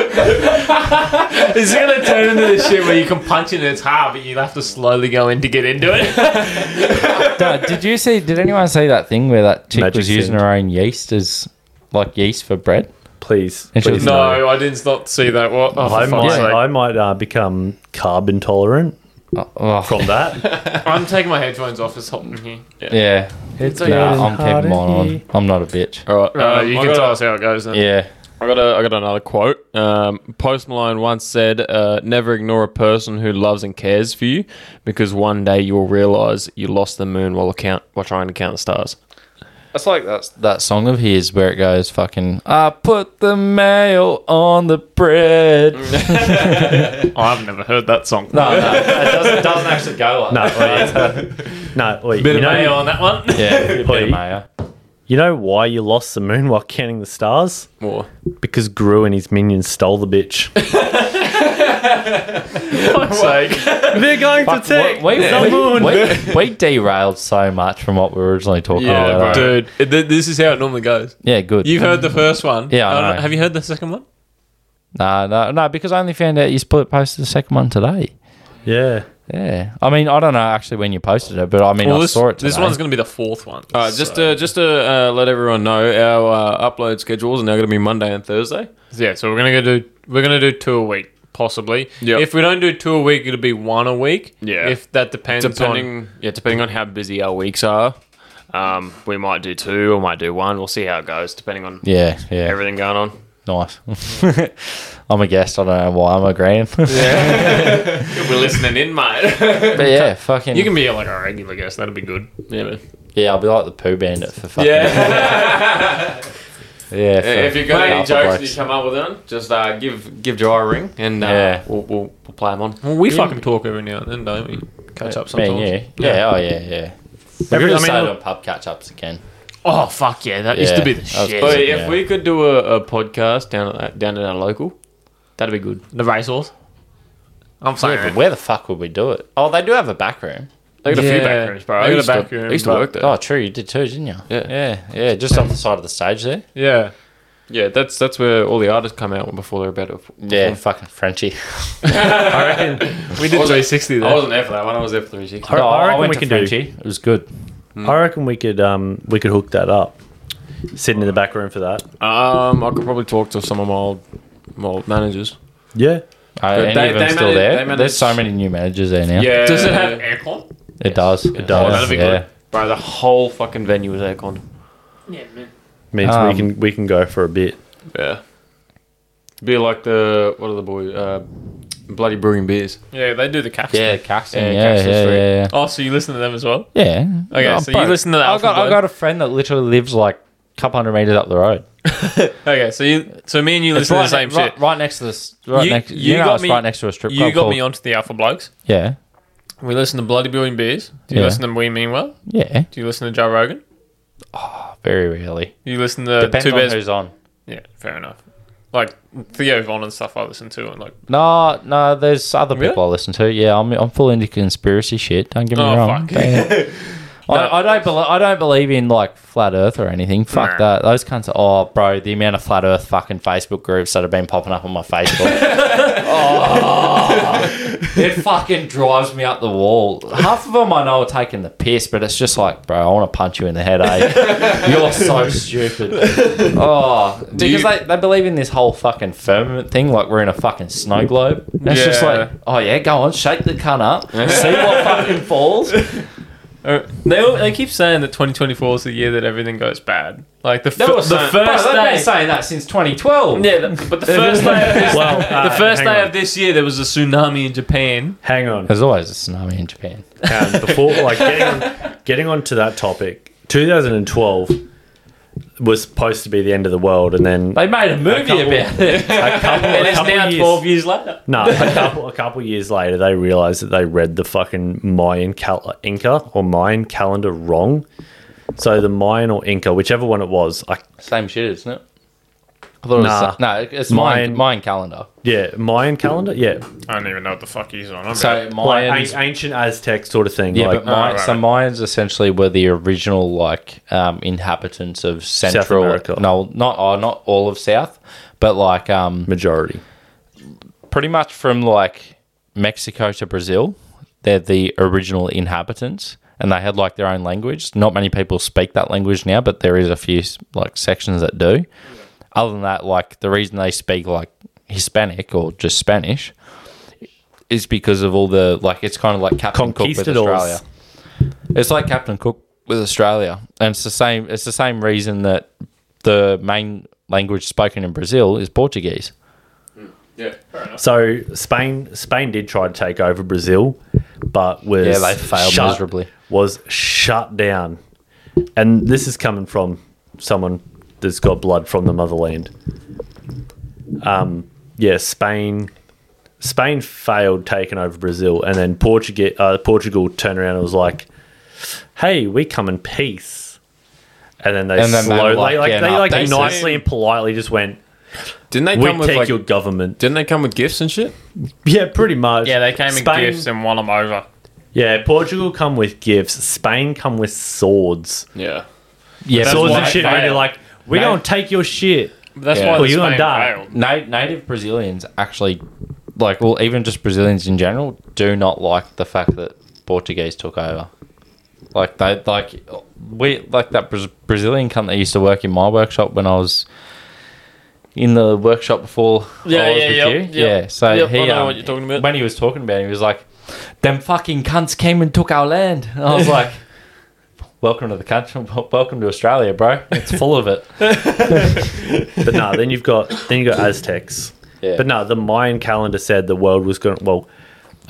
S7: Is it gonna turn into this shit where you can punch it and it's hard, but you have to slowly go in to get into it?
S4: Duh, did you see? Did anyone see that thing where that chick
S6: Magic
S4: was using
S6: sand.
S4: her own yeast as like yeast for bread?
S6: Please,
S4: And she
S6: please
S4: was-
S7: no, Oh, I didn't not see that. What? Oh, for
S6: I
S7: fuck's
S6: might,
S7: sake.
S6: I might uh, become carb intolerant
S4: Oh,
S6: from that.
S7: I'm taking my headphones off. It's hot in here.
S4: yeah.
S6: it's
S4: Nah, I'm keeping mine on. I'm not a bitch.
S3: All right.
S7: Uh,
S3: um, I
S7: you can
S3: got
S7: tell
S3: a-
S7: us how it goes. Then.
S4: Yeah.
S3: I got a, I got another quote. Um, Post Malone once said, uh, "Never ignore a person who loves and cares for you, because one day you will realize you lost the moon while account while trying to count the stars."
S4: That's like that that song of his where it goes fucking. I put the mail on the bread. no, no,
S7: I've never heard that song.
S4: it doesn't, doesn't actually go like
S6: No,
S4: that.
S6: wait. no, wait. You know,
S7: on that one.
S4: Yeah, a bit of
S6: Oi.
S4: mayo.
S6: you know why you lost the moon while counting the stars?
S3: More.
S6: Because Gru and his minions stole the bitch. They're going to
S4: We,
S6: take
S4: we,
S6: the moon.
S4: we, we derailed so much from what we were originally talking
S3: Yeah,
S4: about.
S3: dude. It- th- This is how it normally goes.
S4: Yeah, good.
S3: You've heard the first one.
S4: Yeah, I
S3: I don't-
S4: know.
S3: Have you heard the second one?
S4: No, no, no, because I only found out you split posted the second one today.
S6: yeah.
S4: Yeah. I mean, I don't know actually when you posted it, but I mean, I
S3: this,
S4: saw it today.
S3: this one's going to be the fourth one. All right, just to, just to uh, let everyone know, our uh, upload schedules are now going to be Monday and Thursday.
S7: Yeah, so we're gonna go do we're gonna do two a week possibly.
S3: Yep.
S7: If we don't do two a week, it'll be one a week.
S3: Yeah.
S7: If that depends on
S3: Depending, yeah, depending on how busy our weeks are, um, we might do two or might do one. We'll see how it goes, depending on
S4: yeah, yeah.
S3: everything going on.
S4: Nice. I'm a guest. I don't know why I'm agreeing.
S3: We're listening in, mate.
S4: but yeah, fucking.
S7: you can be like a regular guest. That'll be good.
S3: yeah, man.
S4: yeah, I'll be like the poo bandit for fucking. Yeah. yeah. For,
S3: If you've got any
S4: Alpha
S3: jokes that
S4: blokes.
S3: you come up with, them, just uh, give give Joe a ring and uh,
S4: Yeah.
S3: we'll, we'll, we'll play them on.
S7: Well, we fucking talk every now and then, don't we? Catch up
S4: Me
S7: sometimes.
S4: and you. Yeah. Oh yeah. Yeah.
S6: Every-
S4: We're
S6: I
S4: just
S6: mean,
S4: started
S6: look-
S4: on pub catch ups again.
S7: Oh fuck yeah, that used
S4: Yeah,
S7: to be the
S4: that was
S7: shit.
S4: good.
S3: But
S4: Yeah.
S3: if we could do a, a podcast down at down at our local, that'd be good.
S7: The racehorse. I'm sorry.
S4: Yeah, but where the fuck would we do it? Oh, they do have a back room.
S3: They got a few
S7: Yeah.
S3: back rooms, bro.
S7: They
S3: I
S7: got a
S3: used,
S7: back
S3: to,
S7: room,
S3: I used to
S7: but-
S3: work there.
S4: Oh, true. You did too, didn't you?
S3: Yeah.
S4: Yeah. Yeah. Just off the side of the stage there.
S7: yeah.
S3: Yeah, that's that's where all the artists come out before they're about to.
S4: Yeah. Fucking Frenchy.
S7: We did 360
S3: I
S7: there.
S3: wasn't there for that one. I was there for 360.
S6: I,
S4: No,
S6: I reckon
S4: went
S6: we
S4: to
S6: can
S4: Frenchie. It was good.
S6: do. I reckon we could um we could hook that up. Sitting in the back room for that.
S3: Um, I could probably talk to some of my old, my old managers.
S6: Yeah.
S4: Are
S3: But
S4: any
S3: they-
S4: of them
S3: they
S4: still
S3: manage-
S4: there?
S3: they manage-
S4: There's so many new managers there now.
S3: Yeah.
S7: Does it have aircon?
S4: It does. It
S6: does.
S3: That'd be
S4: yeah.
S3: good. Bro, the whole fucking venue was aircon.
S6: Means
S4: Um,
S6: we can we can go for a bit.
S3: Yeah. Be like the what are the boys? Uh, bloody brewing beers.
S7: Yeah, they do the caps.
S4: Yeah,
S7: thing.
S4: Caxton.
S3: Yeah,
S4: Yeah, yeah,
S3: Caxton
S4: yeah,
S3: Street.
S4: yeah,
S7: Oh, so you listen to them as well?
S4: yeah.
S7: Okay,
S4: No,
S7: so
S4: bro,
S7: you listen to the
S4: I
S7: Alpha
S4: got, I
S7: Blokes.
S4: got a friend that literally lives like a couple hundred meters up the road.
S7: Okay, so you, so me and you listen to the same
S4: ne- right,
S7: shit.
S4: right next to this. Right
S7: You-
S4: next, you,
S7: you
S4: know,
S7: got
S4: it's
S7: me-
S4: right next to a strip club.
S7: You got
S4: called-
S7: me onto the Alpha Blokes.
S4: Yeah,
S7: We listen to Bloody Brewing Beers. Do you
S4: Yeah.
S7: listen to We Mean Well?
S4: yeah.
S7: Do you listen to Joe Rogan?
S4: Very rarely.
S7: Do you listen to
S4: Depends
S7: Two
S4: on
S7: Bears?
S4: who's on.
S7: Yeah, fair enough. Like Theo Von and stuff I listen to, and like,
S4: No, no. There's other people
S7: Really?
S4: I listen to. Yeah, I'm, I'm full into conspiracy shit. Don't get me
S7: Oh,
S4: wrong.
S7: fuck.
S4: Yeah. I, I don't believe I don't believe in like flat Earth or anything. Fuck
S7: Nah.
S4: that. Those cunts. Are, oh, bro, the amount of flat Earth fucking Facebook groups that have been popping up on my Facebook. oh, it fucking drives me up the wall. Half of them I know are taking the piss, but it's just like, bro, I want to punch you in the head. Eh? You're so stupid. Oh, because they, they believe in this whole fucking firmament thing, like we're in a fucking snow globe. And It's just
S7: Yeah.
S4: like, oh yeah, go on, shake the cunt up, see what fucking falls.
S7: Uh, they all, they keep saying that 2024 is the year that everything goes bad. Like the, f-
S4: They
S7: the
S4: were saying- bro,
S7: first
S4: They've
S7: day.
S4: been saying that since 2012.
S7: yeah, the- but the first day of this,
S6: Well, uh,
S7: the first
S6: hang
S7: day
S6: on.
S7: of this year there was a tsunami in Japan.
S6: Hang on.
S4: There's always a tsunami in Japan.
S6: Um, before like getting on, getting on to that topic, 2012 was supposed to be the end of the world, and then
S4: They made a movie
S6: couple-
S4: about it.
S6: a couple,
S4: And
S6: a
S4: it's
S6: couple
S4: now
S6: years,
S4: 12 years later.
S6: no, a couple a couple years later, they realized that they read the fucking Mayan cal- Inca or Mayan calendar wrong. So the Mayan or Inca, whichever one it was, I
S4: Same shit, isn't it? I thought it
S6: Nah.
S4: was, no, it's Mayan,
S6: Mayan-
S4: Mayan calendar.
S6: yeah, Mayan calendar, yeah,
S7: I don't even know what the fuck he's on.
S4: So
S6: like
S4: Mayan,
S6: an- ancient Aztec sort of thing.
S4: yeah,
S6: like,
S4: but Mayan, so Mayans essentially were the original like um, inhabitants of Central
S6: America.
S4: No, not oh, not all of South, but like um,
S6: majority.
S4: pretty much from like Mexico to Brazil, they're the original inhabitants, and they had like their own language. Not many people speak that language now, but there is a few like sections that do. Other than that, like the reason they speak like Hispanic or just Spanish is because of all the like it's kind of like Captain Cook with
S6: Conquistadors.
S4: Australia. It's like Captain Cook with Australia, and it's the same. It's the same reason that the main language spoken in Brazil is Portuguese.
S6: So Spain Spain did try to take over Brazil, but was
S4: Yeah, they failed
S6: shut-
S4: miserably.
S6: Was shut down and this is coming from someone that's got blood from the motherland. Um, yeah, Spain. Spain failed taking over Brazil, and then Portugal. Uh, Portugal turned around and was like, "Hey, we come in peace." And then they
S4: And then they
S6: slowly,
S4: were like,
S6: like,
S4: "Yeah,
S6: they
S4: nah,
S6: like
S3: they
S6: nicely
S3: seem-
S6: and politely just went,
S3: Didn't they
S6: "We
S3: come with
S6: take
S3: like?
S6: your government."
S3: didn't they come with gifts and shit?
S6: Yeah, pretty much.
S7: Yeah, they came
S6: Spain-
S7: in gifts and won them over.
S6: Yeah, Portugal come with gifts. Spain come with swords.
S3: Yeah.
S4: Yeah,
S7: That's
S4: but
S6: swords
S7: why
S6: and
S7: they
S6: shit. And you're
S7: failed.
S6: like, "We
S4: No.
S6: gonna take your shit."
S7: That's
S4: Yeah.
S7: why
S6: Well,
S7: the
S6: you
S7: Spain
S6: and Dad.
S7: failed.
S4: Na- native Brazilians actually, like, well, even just Brazilians in general, do not like the fact that Portuguese took over. Like they like we like that Braz- Brazilian cunt that used to work in my workshop when I was in the workshop before.
S3: Yeah,
S4: I was
S3: yeah,
S4: with
S3: yep,
S4: you.
S3: yep.
S4: yeah. So
S3: Yep, I
S4: he,
S3: know
S4: um,
S3: what you're talking about.
S4: When he was talking about, it, he was like, "Them fucking cunts came and took our land." And I was like. Welcome to the country. Welcome to Australia, bro. It's full of it.
S6: But no, then you've got then you got Aztecs.
S4: Yeah.
S6: But no, the Mayan calendar said the world was going to, well,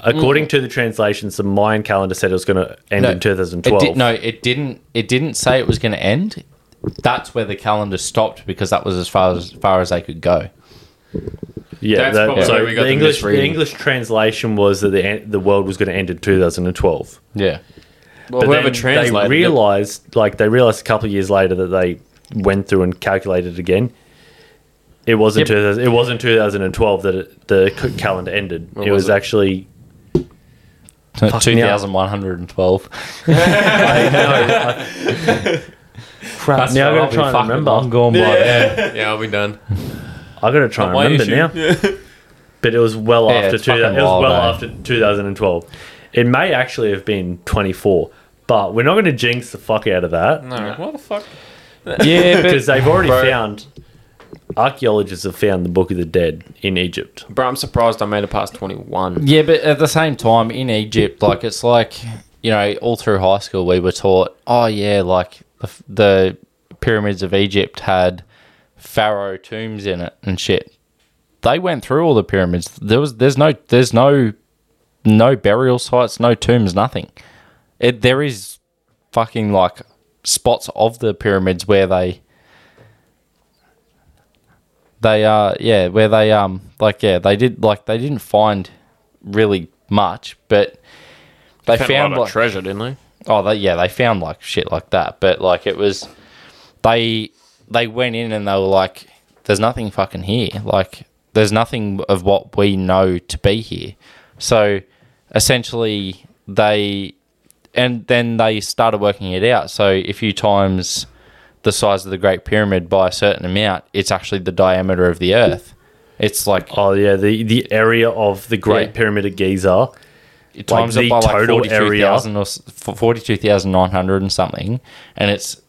S6: according to the translations, the Mayan calendar said it was going to end in
S4: It
S6: 2012.
S4: did, no, it didn't. It didn't say it was going to end. That's where the calendar stopped because that was as far as far as they could go.
S6: yeah,
S3: That's
S6: that,
S3: probably
S6: so
S3: where we got
S6: the
S3: the
S6: English the
S3: misreading.
S6: English translation was that the en- the world was going to end in 2012.
S4: Yeah,
S3: Well,
S6: But
S3: whoever
S6: then
S3: translated
S6: they realized, like they realized a couple of years later that they went through and calculated again. It wasn't
S4: Yep.
S6: 2000, it wasn't 2012 that it, the c- calendar ended.
S3: What
S6: it
S3: was
S6: was
S3: it?
S6: actually
S4: two thousand one hundred and twelve.
S6: crap. now I'm gonna try and remember.
S4: I'm gone by then.
S3: it. Yeah, I'll be done.
S6: I gotta try and
S3: my
S6: remember
S3: issue.
S6: now. But it was well
S4: Yeah,
S6: after
S4: it's
S6: two. It was
S4: fucking
S6: well
S4: wild, eh?
S6: after 2012. It may actually have been 24, but we're not going to jinx the fuck out of that
S7: No, what the fuck?
S4: Yeah,
S6: because
S4: but
S6: they've already found. Archaeologists have found the Book of the Dead in Egypt.
S3: Bro, I'm surprised I made it past 21.
S4: yeah, but at the same time, in Egypt, like it's like you know, all through high school, we were taught, oh yeah, like the, f- the pyramids of Egypt had pharaoh tombs in it and shit. They went through all the pyramids. There was there's no there's no no burial sites, no tombs, nothing. It, there is fucking like spots of the pyramids where they they uh yeah where they um like yeah they did like they didn't find really much but they
S3: Found,
S4: found
S3: a lot of
S4: like
S3: treasure, didn't they?
S4: oh they, yeah they found like shit like that but like it was they they went in and they were like there's nothing fucking here like there's nothing of what we know to be here so essentially they and then they started working it out so if you times the size of the great pyramid by a certain amount it's actually the diameter of the earth it's like
S6: Oh yeah, the the area of the Great
S4: Yeah.
S6: Pyramid of Giza.
S4: it times
S6: Like the
S4: it by like
S6: total
S4: 42,000 or s- f- 42,900 and something and it's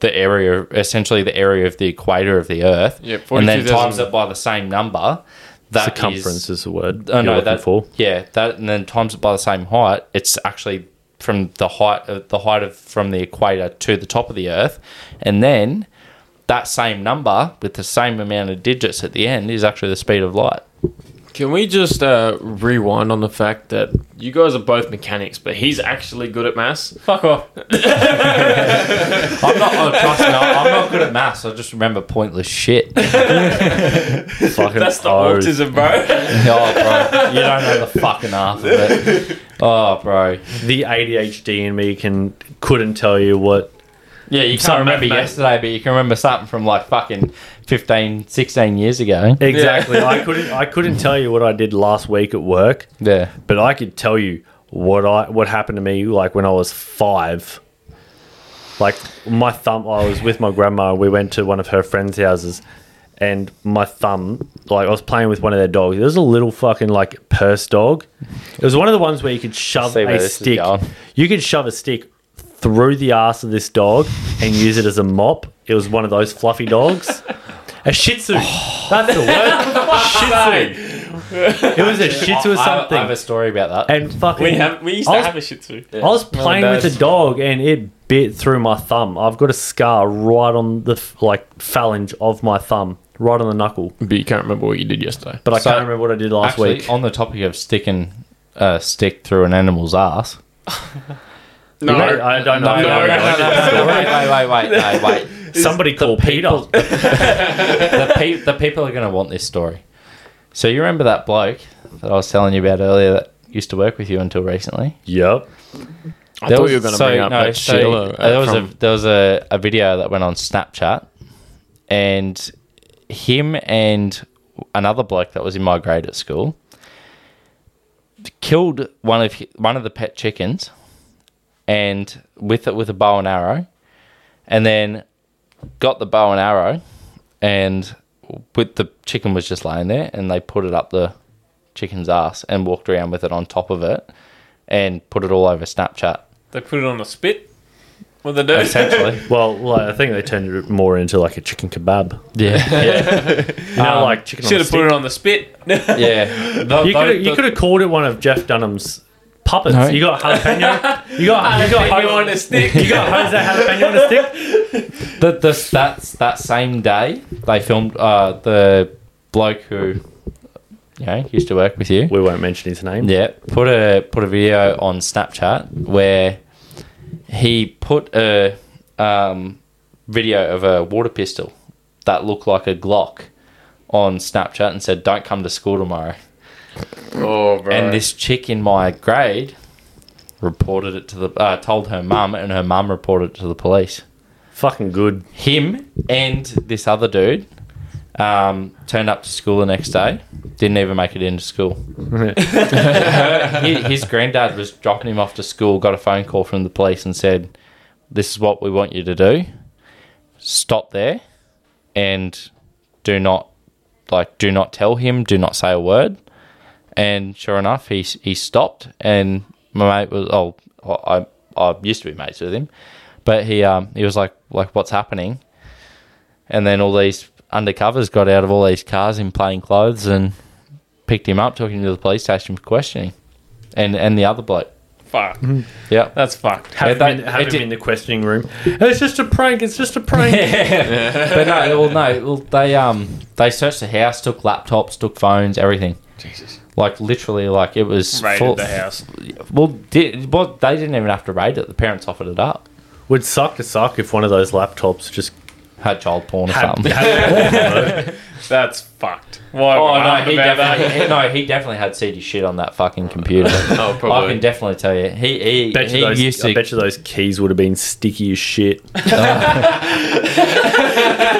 S4: the area essentially the area of the equator of the earth
S3: Yeah,
S4: and then
S3: 42,000.
S4: times it by the same number that
S6: circumference is,
S4: is-
S6: the word
S4: oh
S6: you're
S4: no
S6: looking
S4: that
S6: for.
S4: yeah that and then times it by the same height it's actually from the height of the height of from the equator to the top of the earth and then that same number with the same amount of digits at the end is actually the speed of light
S3: Can we just uh, rewind on the fact that you guys are both mechanics, but he's actually good at maths?
S7: Fuck off.
S4: i'm not oh, trust me, i'm not good at maths i just remember pointless shit
S6: Fucking
S3: That's the
S6: O's.
S3: autism, bro.
S4: Oh, bro, you don't know the fucking half of it. Oh, bro.
S6: The ADHD in me can couldn't tell you what
S4: Yeah, you can't
S6: Something
S4: remember
S6: about-
S4: yesterday, but you can remember something from like fucking 15, 16 years ago.
S6: exactly. I couldn't I couldn't tell you what I did last week at work.
S4: Yeah.
S6: but I could tell you what I what happened to me like when I was five. Like my thumb, I was with my grandma. We went to one of her friends' houses, and my thumb, like I was playing with one of their dogs. It was a little fucking like purse dog. It was one of the ones where you could shove
S4: See where
S6: a
S4: this is
S6: stick.
S4: going.
S6: You could shove a stick through the ass of this dog and use it as a mop. It was one of those fluffy dogs. A Shih Tzu. That's the word. shih Tzu. It was a Shih Tzu or
S4: I have,
S6: something.
S4: I have a story about that.
S6: and fucking,
S1: We have we used
S6: I
S1: to
S6: was-
S1: have a shit too.
S6: I was playing with a dog and it bit through my thumb. I've got a scar right on the f- like phalange of my thumb, right on the knuckle.
S3: But you can't remember what you did yesterday.
S6: But I
S4: So-
S6: can't remember what I did last
S4: Actually,
S6: week.
S4: on the topic of sticking a stick through an animal's ass,
S6: I
S3: No,
S6: don't know.
S4: No, no, no, no, no, no, wait, wait, wait, wait, wait.
S5: Somebody
S4: the
S5: called Peter.
S4: people- the, pe- the people are going to want this story. So you remember that bloke that I was telling you about earlier that used to work with you until recently?
S6: Yep.
S3: I thought you were going to bring up that
S4: so
S3: Sheila. uh,
S4: there was
S3: from-
S4: a there was a, a video that went on Snapchat, and him and another bloke that was in my grade at school killed one of hi- one of the pet chickens, and with it with a bow and arrow, and then got the bow and arrow, and with the chicken was just laying there, and they put it up the chicken's ass and walked around with it on top of it, and put it all over Snapchat
S7: They put it on the spit. What they do?
S4: essentially.
S6: Well, like, I think they turned it more into like a chicken kebab.
S4: yeah,
S6: You know, like chicken. on a
S7: Should have
S6: stick.
S7: put it on the spit.
S4: yeah.
S6: You could you could have called it one of Jeff Dunham's puppets.
S4: No.
S6: You got jalapeno. you got you got
S7: Put it on
S6: Jose,
S7: a stick.
S6: you got Jose jalapeno on a stick.
S4: the, the, that that same day they filmed uh, the bloke who you know used to work with you.
S6: We won't mention his name.
S4: Yeah, put a put a video on Snapchat where he put a um, video of a water pistol that looked like a Glock on Snapchat and said, "Don't come to school tomorrow."
S3: oh, bro.
S4: And this chick in my grade reported it to the uh, told her mum, and her mum reported it to the police.
S6: Fucking good.
S4: him and this other dude um, turned up to school the next day. Didn't even make it into school. his, his granddad was dropping him off to school. Got a phone call from the police and said, "This is what we want you to do. Stop there, and do not like do not tell him. Do not say a word." And sure enough, he he stopped, and my mate was oh I I used to be mates with him, but he um he was like like what's happening, and then all these undercovers got out of all these cars in plain clothes and picked him up, took him to the police station for questioning, and and the other bloke.
S7: Fuck.
S4: Yeah,
S7: That's fucked.
S6: Have,
S4: Yeah,
S6: him,
S4: that-
S6: in, have
S4: it
S6: him
S4: did-
S6: in the questioning room. It's just a prank. It's just a prank.
S4: but no, well no, well they um they searched the house, took laptops, took phones, everything.
S3: Jesus.
S4: Like literally, like it was
S7: Raided
S4: full-
S7: the house.
S4: Well, did, well, they didn't even have to raid it. The parents offered it up.
S6: Would suck to suck if one of those laptops just
S4: Had child porn or
S6: had.
S4: something.
S7: That's fucked. Why?
S4: Oh
S7: would I
S4: no, he
S7: about
S4: definitely no, he definitely had seedy shit on that fucking computer.
S3: Oh,
S4: I can
S3: probably.
S4: definitely tell you. He he,
S6: bet
S4: he
S6: you those,
S4: used
S6: I
S4: to
S6: bet you those keys would have been sticky as shit.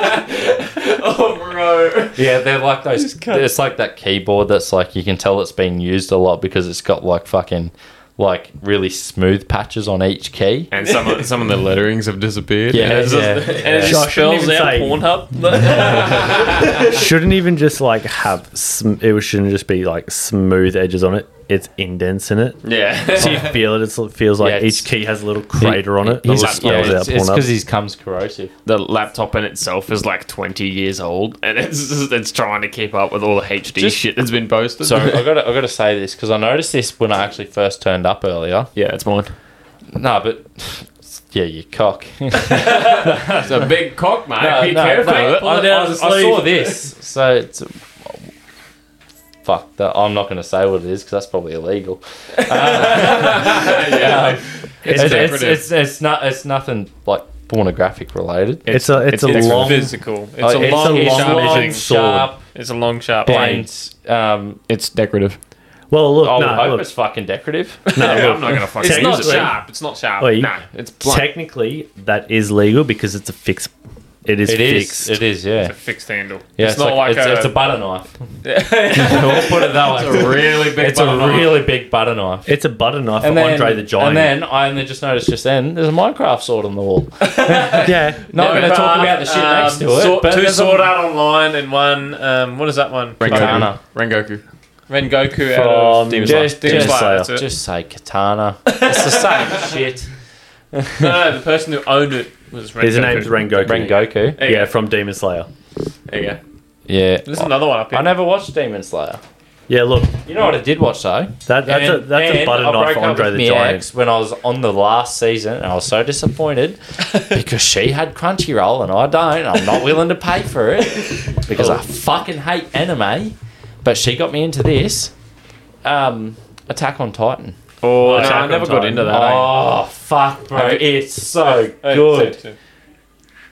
S3: Oh, bro.
S4: Yeah, they're like those it's like that keyboard that's like you can tell it's been used a lot because it's got like fucking like really smooth patches on each key.
S3: And some of, some of the letterings have disappeared.
S4: Yeah,
S3: And it's just-
S4: yeah.
S3: and it's
S7: that?
S6: I shouldn't
S7: Spells
S6: even
S7: out
S6: say.
S7: Pornhub.
S6: shouldn't even just like have sm- it shouldn't just be like smooth edges on it. It's indents in it.
S3: yeah.
S6: So you feel it. It's, it feels like
S4: Yeah, it's-
S6: each key has a little crater on it.
S4: His-
S6: Little
S4: yeah,
S6: spells out
S4: it's
S6: Pornhub.
S4: because his cum's corrosive.
S3: the laptop in itself is like 20 years old and it's it's trying to keep up with all the HD shit that's been posted.
S4: So I gotta I gotta say this because I noticed this when I actually first turned up earlier.
S3: yeah, it's mine.
S4: No, but yeah, you cock.
S3: It's a big cock, mate.
S4: Uh, No,
S3: Be
S4: no,
S3: careful.
S4: no,
S3: Pull
S4: I,
S3: it out
S4: I-
S3: of the
S4: I
S3: sleeve.
S4: saw this, so it's fuck. That I'm not going to say what it is because that's probably illegal. Uh, um,
S3: yeah.
S4: It's it's, it's,
S3: decorative.
S4: it's, not it's nothing like pornographic related.
S6: it's a it's,
S7: it's
S6: a long.
S7: physical.
S3: Oh,
S7: It's
S4: Like,
S7: a
S4: it's
S7: long,
S6: long
S7: sharp,
S6: vision.
S7: thing.
S6: sword.
S7: It's a long, sharp blade.
S4: and um,
S3: It's decorative.
S6: Well, look,
S4: Oh, I would
S6: no,
S4: hope
S6: look,
S4: it's fucking decorative.
S3: No, I'm not gonna fucking
S6: It's
S3: use
S6: not
S3: it.
S6: sharp.
S7: It's not sharp.
S6: Wait.
S3: Nah, it's blunt.
S6: technically that is legal because it's a fix. It is
S4: it
S6: fixed.
S4: is, it is, yeah.
S7: It's a fixed handle.
S4: Yeah,
S7: it's, not like,
S4: it's,
S7: a,
S4: it's a butter knife. we'll put it that way.
S3: really big.
S4: It's a really big butter knife.
S6: It's a butter knife for
S4: And then,
S6: Andre the Giant.
S4: and then I only just noticed just then there's a Minecraft sword on the wall.
S6: yeah,
S4: Not going to talk about the shit next to it.
S7: Sort,
S4: but
S7: two
S4: there's a-
S7: um, sword art online and one. Um, what is that one?
S3: Rengoku.
S4: Katana.
S3: Rengoku.
S7: Ren Goku out
S6: from
S7: of
S6: Demon
S4: Slayer.
S7: Demon
S4: Just-
S7: Slayer.
S6: Slayer.
S7: That's it.
S4: Just say katana. It's the same shit.
S7: no, no, the person who owned it was Ren
S6: His
S7: Goku.
S6: name's Rengoku.
S4: Rengoku.
S7: you
S6: Yeah,
S7: go.
S6: from Demon Slayer.
S3: There you go.
S4: Yeah.
S7: There's another one up here.
S4: I never watched Demon Slayer.
S6: Yeah, look,
S4: You know what I did watch though?
S6: that, that's a
S4: And-
S6: that's a
S4: and
S6: butter
S4: I
S6: knife
S4: broke
S6: for
S4: up
S6: Andre
S4: with
S6: the
S4: my
S6: Giant.
S4: ex when I was on the last season, and I was so disappointed because she had Crunchyroll and I don't. I'm not willing to pay for it because
S6: Oh.
S4: I fucking hate anime. But she got me into this um, Attack on Titan.
S3: Oh, no,
S6: Attack
S3: I
S6: on
S3: never got
S6: Titan.
S3: into that. eh?
S5: Oh fuck, bro!
S3: Hey.
S5: It's so good.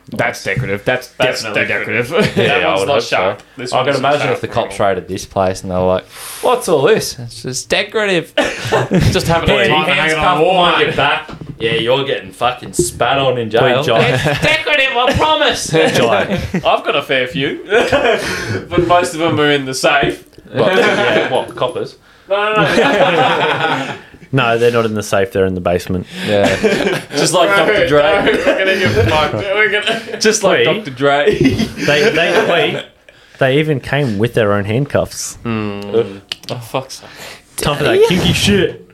S3: That's decorative. That's,
S1: That's
S3: definitely
S1: decorative.
S3: decorative.
S5: Yeah,
S1: that
S5: I
S1: one's
S5: would
S1: not
S5: hope so.
S1: sharp. This
S4: I can
S1: one's
S4: imagine
S1: sharp.
S4: if the cops raided this place and they're like, "What's all this? It's just decorative."
S3: Just having a time hanging on the wall. mate.
S5: back. Yeah, you're getting fucking spat on in jail.
S6: Wait, John.
S3: decorative, I promise.
S6: Jai.
S1: I've got a fair few, but most of them are in the safe.
S5: What, yeah, what coppers?
S1: No, no, no.
S6: No, they're not in the safe. They're in the basement.
S4: yeah,
S5: Just like Dr.
S1: No,
S5: Dre.
S1: we're gonna get fucked. We're gonna.
S5: Just like
S6: Dr.
S5: Dre.
S6: They, they, wait, they even came with their own handcuffs.
S3: oh, fuck's sake.
S6: Time for that kinky shit.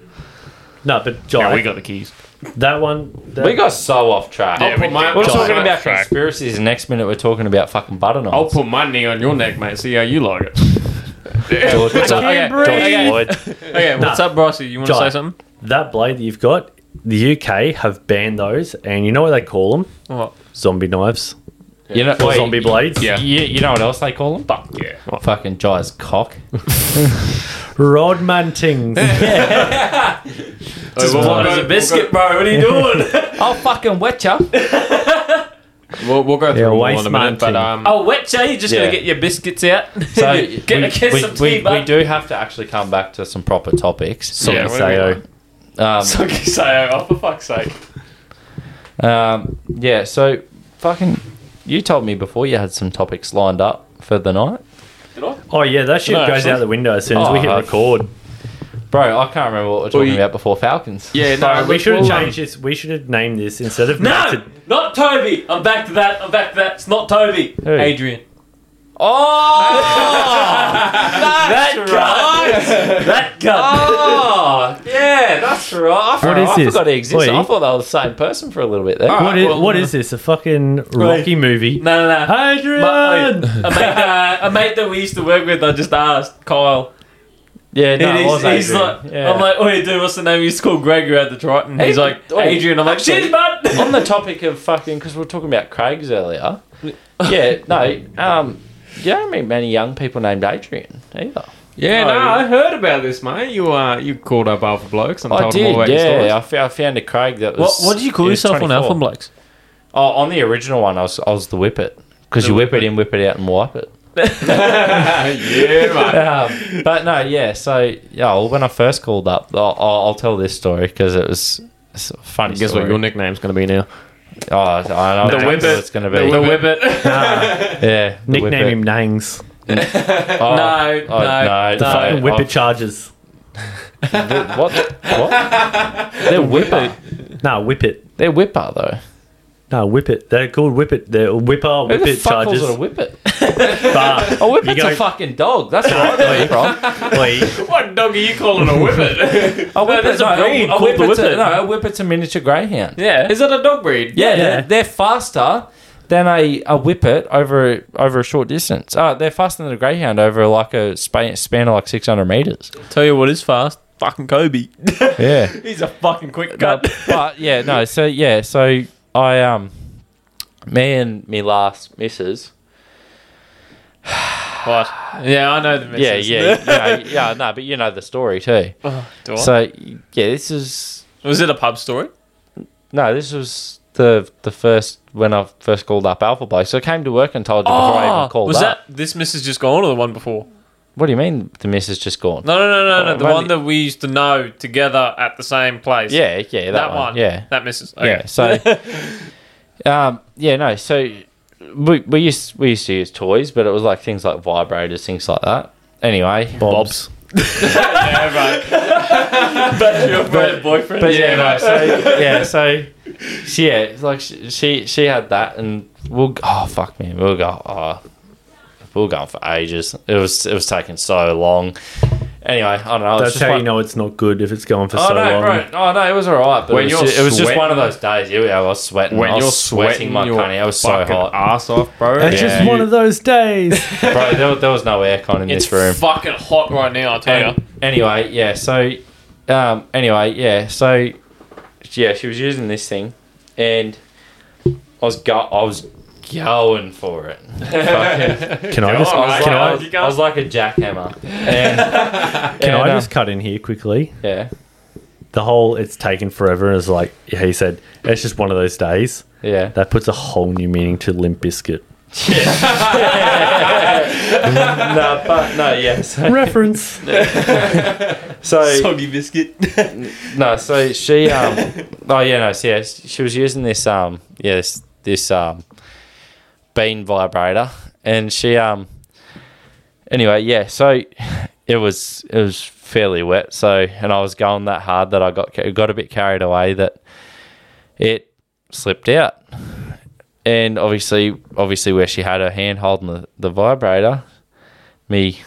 S6: No, but Jai,
S3: Yeah, we got the keys.
S6: that one. That,
S4: we got so off track.
S1: Yeah, we did.
S4: we're
S1: Jai.
S4: talking about
S1: Track.
S4: conspiracies. and Next minute, we're talking about fucking butter knives.
S3: I'll put my knee on your neck, mate. See how you like it.
S4: George, what's up?
S3: Okay,
S6: George Floyd.
S7: Okay, what's up, Brycey? You want to
S6: Jai.
S7: say something?
S6: That blade that you've got, the UK have banned those, and you know what they call them?
S7: What?
S6: Zombie knives
S4: You know,
S6: or
S4: wait,
S6: zombie blades.
S3: Yeah.
S4: You, you know what else they call them? Fuck
S1: Yeah.
S4: Fucking Jai's cock.
S6: Rodmantings.
S3: Just
S1: what is a biscuit,
S3: bro? What are you doing?
S4: I'll fucking wet ya.
S3: we'll, we'll go through
S6: Yeah,
S3: all
S6: waste
S3: in a minute, but
S6: munching.
S3: um,
S5: Oh, wet you just
S4: Yeah.
S5: gonna get your biscuits out.
S4: So
S5: get,
S4: we,
S5: get
S4: we-
S5: some
S4: we-
S5: tea,
S4: we
S5: bud.
S4: do have to actually come back to some proper topics. So,
S3: yeah,
S6: Say,
S3: whatever.
S6: oh,
S4: um,
S1: Sucky Sayo, oh, for fuck's sake.
S4: um, yeah, so fucking, you told me before you had some topics lined up for the night,
S6: oh, yeah, that shit
S3: No,
S6: goes
S3: actually-
S6: out the window as soon as we
S4: Oh,
S6: hit
S4: I-
S6: record.
S4: bro. I can't remember what we we're talking
S3: you-
S4: about before Falcons.
S3: Yeah, no,
S6: No, we
S3: look,
S6: should have
S3: we'll,
S6: changed this. We should have named this instead of
S5: No,
S6: Matt
S5: not Toby. I'm back to that. I'm back to that. It's not Toby.
S6: Who?
S5: Adrian.
S4: Oh! that's
S5: Guys, that guy.
S4: Oh, yeah, that's right. I, for-
S6: What is
S4: I
S6: this?
S4: forgot he existed.
S6: Oi.
S4: I thought they were the same person for a little bit there.
S5: Ah.
S3: All
S6: What
S3: right,
S6: is,
S3: well-
S6: what is this? A fucking Rocky movie?
S5: No, no, no.
S6: Adrian!
S5: My- A mate, that, a mate that we used to work with, I just asked Kyle.
S4: Yeah, no,
S5: And
S4: it was
S5: he's, he's
S4: Adrian.
S5: like,
S4: Yeah.
S5: I'm like, oh, dude, what's the name? He's called Gregor at the Triton. He's
S4: Hey,
S5: like,
S4: oh,
S5: Adrian. I'm like, cheers, bud.
S4: on the topic of fucking, because we were talking about Craig's earlier. Yeah, no, um, you don't meet many young people named Adrian either.
S3: yeah,
S5: Oh,
S3: no,
S5: yeah.
S3: I heard about this, mate. You uh, you called up Alpha Blokes and
S4: I
S3: told them all
S4: did,
S3: about your stories.
S4: yeah. I, f- I found a Craig that was.
S7: What, what did you call
S4: he was
S7: yourself on
S4: 24.
S7: Alpha Blokes?
S4: Oh, on the original one, I was, I was the Whippet. Because you whip it in, whip it out, and wipe it.
S3: yeah, mate.
S4: Um, but no, yeah. So, yeah, well, when I first called up, I'll, I'll I'll tell this story because it was it's a funny.
S3: Guess
S4: story.
S3: what your nickname's going to be now?
S4: Oh, I know exactly what
S3: Whippet.
S4: It's going to be
S3: The
S5: Whippet.
S4: Yeah, the
S6: Nickname
S4: Whippet.
S6: him Nangs.
S4: Oh,
S5: No,
S4: oh,
S5: no,
S4: no,
S5: no.
S6: Fucking
S4: I've-
S6: Whippet charges.
S4: The- what? What? They're whipper.
S6: No, Whippet.
S4: They're whipper though.
S6: No, Whippet. They're called Whippet. They're Whipper,
S4: Who the
S6: Whippet
S4: fuck
S6: charges.
S4: calls it a whippet?
S6: But
S4: A whippet's
S6: go-
S4: a fucking dog. That's where I got it from.
S6: wait,
S1: What dog are you calling a whippet?
S4: A whippet's
S5: there's a
S4: no,
S5: breed
S4: a, a
S5: called the
S4: whippet's a,
S5: whippet.
S4: no, a whippet's a miniature greyhound.
S5: Yeah.
S1: Is that a dog breed?
S4: Yeah,
S6: Yeah.
S4: They're, they're faster than a, a whippet over over a short distance. Uh, they're faster than a greyhound over like a span, span of like 600 meters.
S7: Tell you what is fast. Fucking Kobe.
S4: Yeah.
S5: He's a fucking quick
S4: No,
S5: cut.
S4: but yeah, no. So yeah, so I um, me and me last missus.
S7: What? Yeah, I know the message.
S4: Yeah, yeah, yeah, yeah. No, but you know the story too.
S7: Uh, do I?
S4: so yeah, this is
S7: Was it a pub story?
S4: no, this was the the first when I first called up Alpha Bloke. So I came to work and told you before I even called
S7: Oh, was
S4: up.
S7: that this missus just gone or the one before?
S4: What do you mean the missus just gone?
S7: No, no, no, no, no.
S4: Oh,
S7: The
S4: well,
S7: one that we used to know together at the same place.
S4: Yeah, yeah, that,
S7: that,
S4: one.
S7: one.
S4: Yeah,
S7: that missus. Okay.
S4: yeah. So, um, yeah, no. So we we used we used to use toys, but it was like things like vibrators, things like that. Anyway,
S6: Bob's.
S5: But, boyfriend.
S4: But yeah, no, so yeah, so she yeah, it's like she, she she had that, and we'll oh fuck me, we'll go oh, we'll go on for ages. It was it was taking so long. Anyway, I don't know. it was
S6: That's
S4: just
S6: how
S4: one-
S6: you know it's not good if it's going for
S4: Oh
S6: so
S4: no,
S6: long.
S4: right. Oh no, it was alright, but
S3: When
S4: it was,
S3: you're
S4: just, it was just one of
S3: sweating-
S4: those days. Yeah, I was sweating.
S3: When
S4: I was
S3: you're
S4: sweating, my
S3: your
S4: cunt. I was so
S3: fucking
S4: hot,
S3: ass off, bro.
S6: It's just one of those days.
S4: bro. There, there was no aircon in
S7: It's
S4: this room.
S7: fucking hot right now, I tell
S4: An-
S7: you.
S4: anyway, yeah. So, um, anyway, yeah. So, yeah, she was using this thing, and I was go- I was going for it. Fucking-
S6: Can I just
S4: I, was
S6: can I,
S4: like, I, was like a jackhammer. And,
S6: can
S4: and,
S6: I
S4: uh,
S6: just cut in here quickly?
S4: yeah.
S6: the whole it's taken forever is like he said, it's just one of those days.
S4: Yeah.
S6: That puts a whole new meaning to Limp Biscuit.
S4: no, but no, yes.
S6: Reference.
S4: So
S5: biscuit.
S4: no, so she um oh yeah, no, so yeah, she was using this um yeah, this this um bean vibrator and she um anyway, yeah, so it was it was fairly wet, so and I was going that hard that I got ca- got a bit carried away that it slipped out. And obviously obviously where she had her hand holding the, the vibrator, me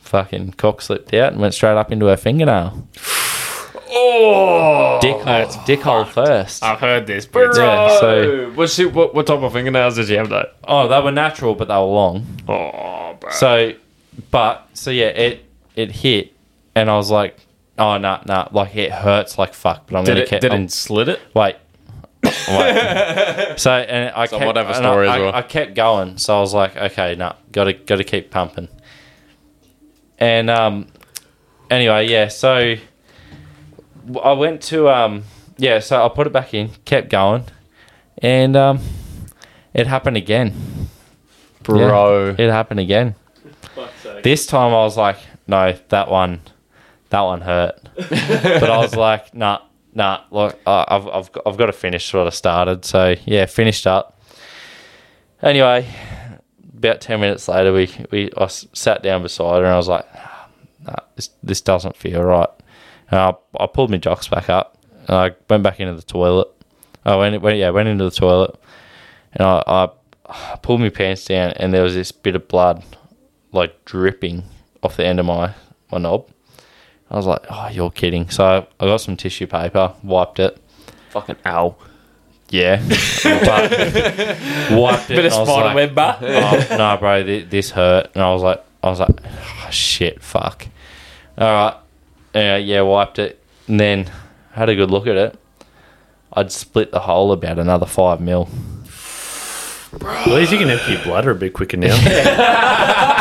S4: fucking cock slipped out and went straight up into her fingernail
S3: Oh,
S4: dick hole, dick hole first.
S3: I've heard this, but it's-
S4: Yeah, so-
S3: What's she- what, what type of fingernails did you have though?
S4: Oh, they were natural, but they were long.
S3: Oh, bro.
S4: So, but so yeah, it it hit, and I was like, oh nah, nah, like it hurts like fuck. But I'm
S3: did
S4: gonna
S3: it,
S4: keep.
S3: did
S4: I'm-
S3: it slit it?
S4: wait. Wait. so and I kept,
S3: whatever
S4: and
S3: story
S4: I,
S3: as well.
S4: I, I kept going, so I was like, okay, nah, gotta gotta keep pumping. And um, anyway, yeah, so w- I went to um, yeah, so I put it back in, kept going, and um, it happened again.
S3: Bro.
S4: It happened again. This time I was like, no, that one, that one hurt. but I was like, nah, nah. Look, I- I've I've got, I've got to finish what I started. So yeah, finished up. Anyway, about ten minutes later, we we I s- sat down beside her and I was like, nah, this this doesn't feel right. And I, I pulled my jocks back up and I went back into the toilet. I went, went yeah went into the toilet and I, I I pulled my pants down and there was this bit of blood like dripping off the end of my, my knob. I was like, oh, you're kidding. So I I got some tissue paper, wiped it.
S5: Fucking owl.
S4: Yeah. but wiped it.
S5: Bit of
S4: and I was
S5: spider
S4: like,
S5: web, bar.
S4: oh, no, bro, th- this hurt. And I was like, I was like, oh, shit, fuck. All right. Yeah, yeah, wiped it. And then had a good look at it. I'd split the hole about another five mil.
S6: At least you can empty your bladder a bit quicker now.
S4: no,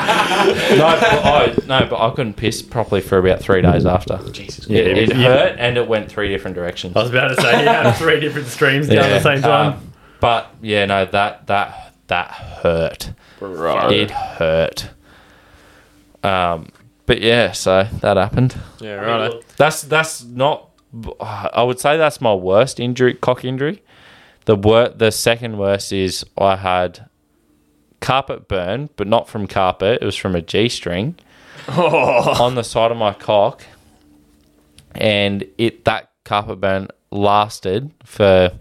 S4: but I, no, but I couldn't piss properly for about three days after. Jesus, yeah, it,
S6: Yeah.
S4: hurt and it went three different directions.
S6: I was about to say you have three different streams down
S4: Yeah.
S6: at the same time.
S4: Um, but yeah, no, that that that hurt.
S3: Bro.
S4: It hurt. Um, but yeah, so that happened.
S3: Yeah, right.
S4: That's that's not. I would say that's my worst injury, cock injury. The wor- the second worst is I had carpet burn, but not from carpet. It was from a g string on the side of my cock, and it that carpet burn lasted for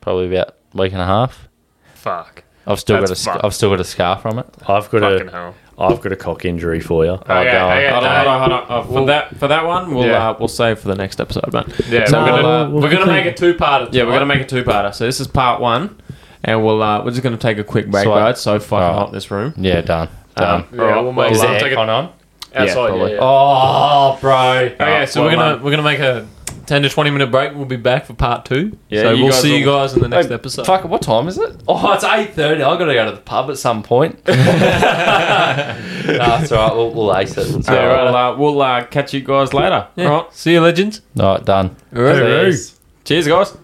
S4: probably about a week and a half.
S1: Fuck.
S4: I've still got a
S1: That's
S4: sc-
S1: fucked.
S4: I've still got a scar from it.
S6: I've got
S1: Fucking
S6: a
S1: hell.
S6: have got a cock injury for you.
S1: Okay,
S4: go on.
S1: okay,
S3: Hold on,
S1: okay.
S3: hold on, hold on. Uh, for that, for that one, we'll
S1: Yeah.
S3: uh, we'll save for the next episode, man.
S1: Yeah, we're
S3: So we're
S1: gonna-
S3: gonna,
S1: we'll
S3: we're gonna
S1: continue.
S3: make it two parter. Yeah, we're gonna make it two parter. So this is part one, and we'll uh, we're just gonna take a quick break,
S4: Sweet.
S3: right? It's so fucking
S4: Alright.
S3: hot this room.
S4: Yeah, done. Done.
S1: Yeah,
S3: Alright,
S1: we'll
S3: well,
S1: make
S4: is
S1: it.
S4: the
S1: We'll take it
S4: aircon on?
S1: outside. Yeah,
S3: probably.
S1: yeah.
S4: Oh, bro.
S3: Okay, so
S1: well
S3: we're gonna
S1: done.
S3: we're gonna make a ten to twenty minute break. We'll be back for part two.
S5: Yeah,
S3: so
S5: you
S3: we'll
S5: guys
S3: see you
S5: will-
S3: guys in the next episode.
S4: Fuck, what time is it? Oh, it's eight thirty. I gotta go to the pub at some point. no, it's alright. We'll, we'll ace it. It's
S3: Yeah,
S4: alright.
S3: we'll, uh, we'll uh, catch you guys later.
S1: Yeah.
S3: All right, see you, legends.
S4: Alright, done.
S3: Cheers, guys.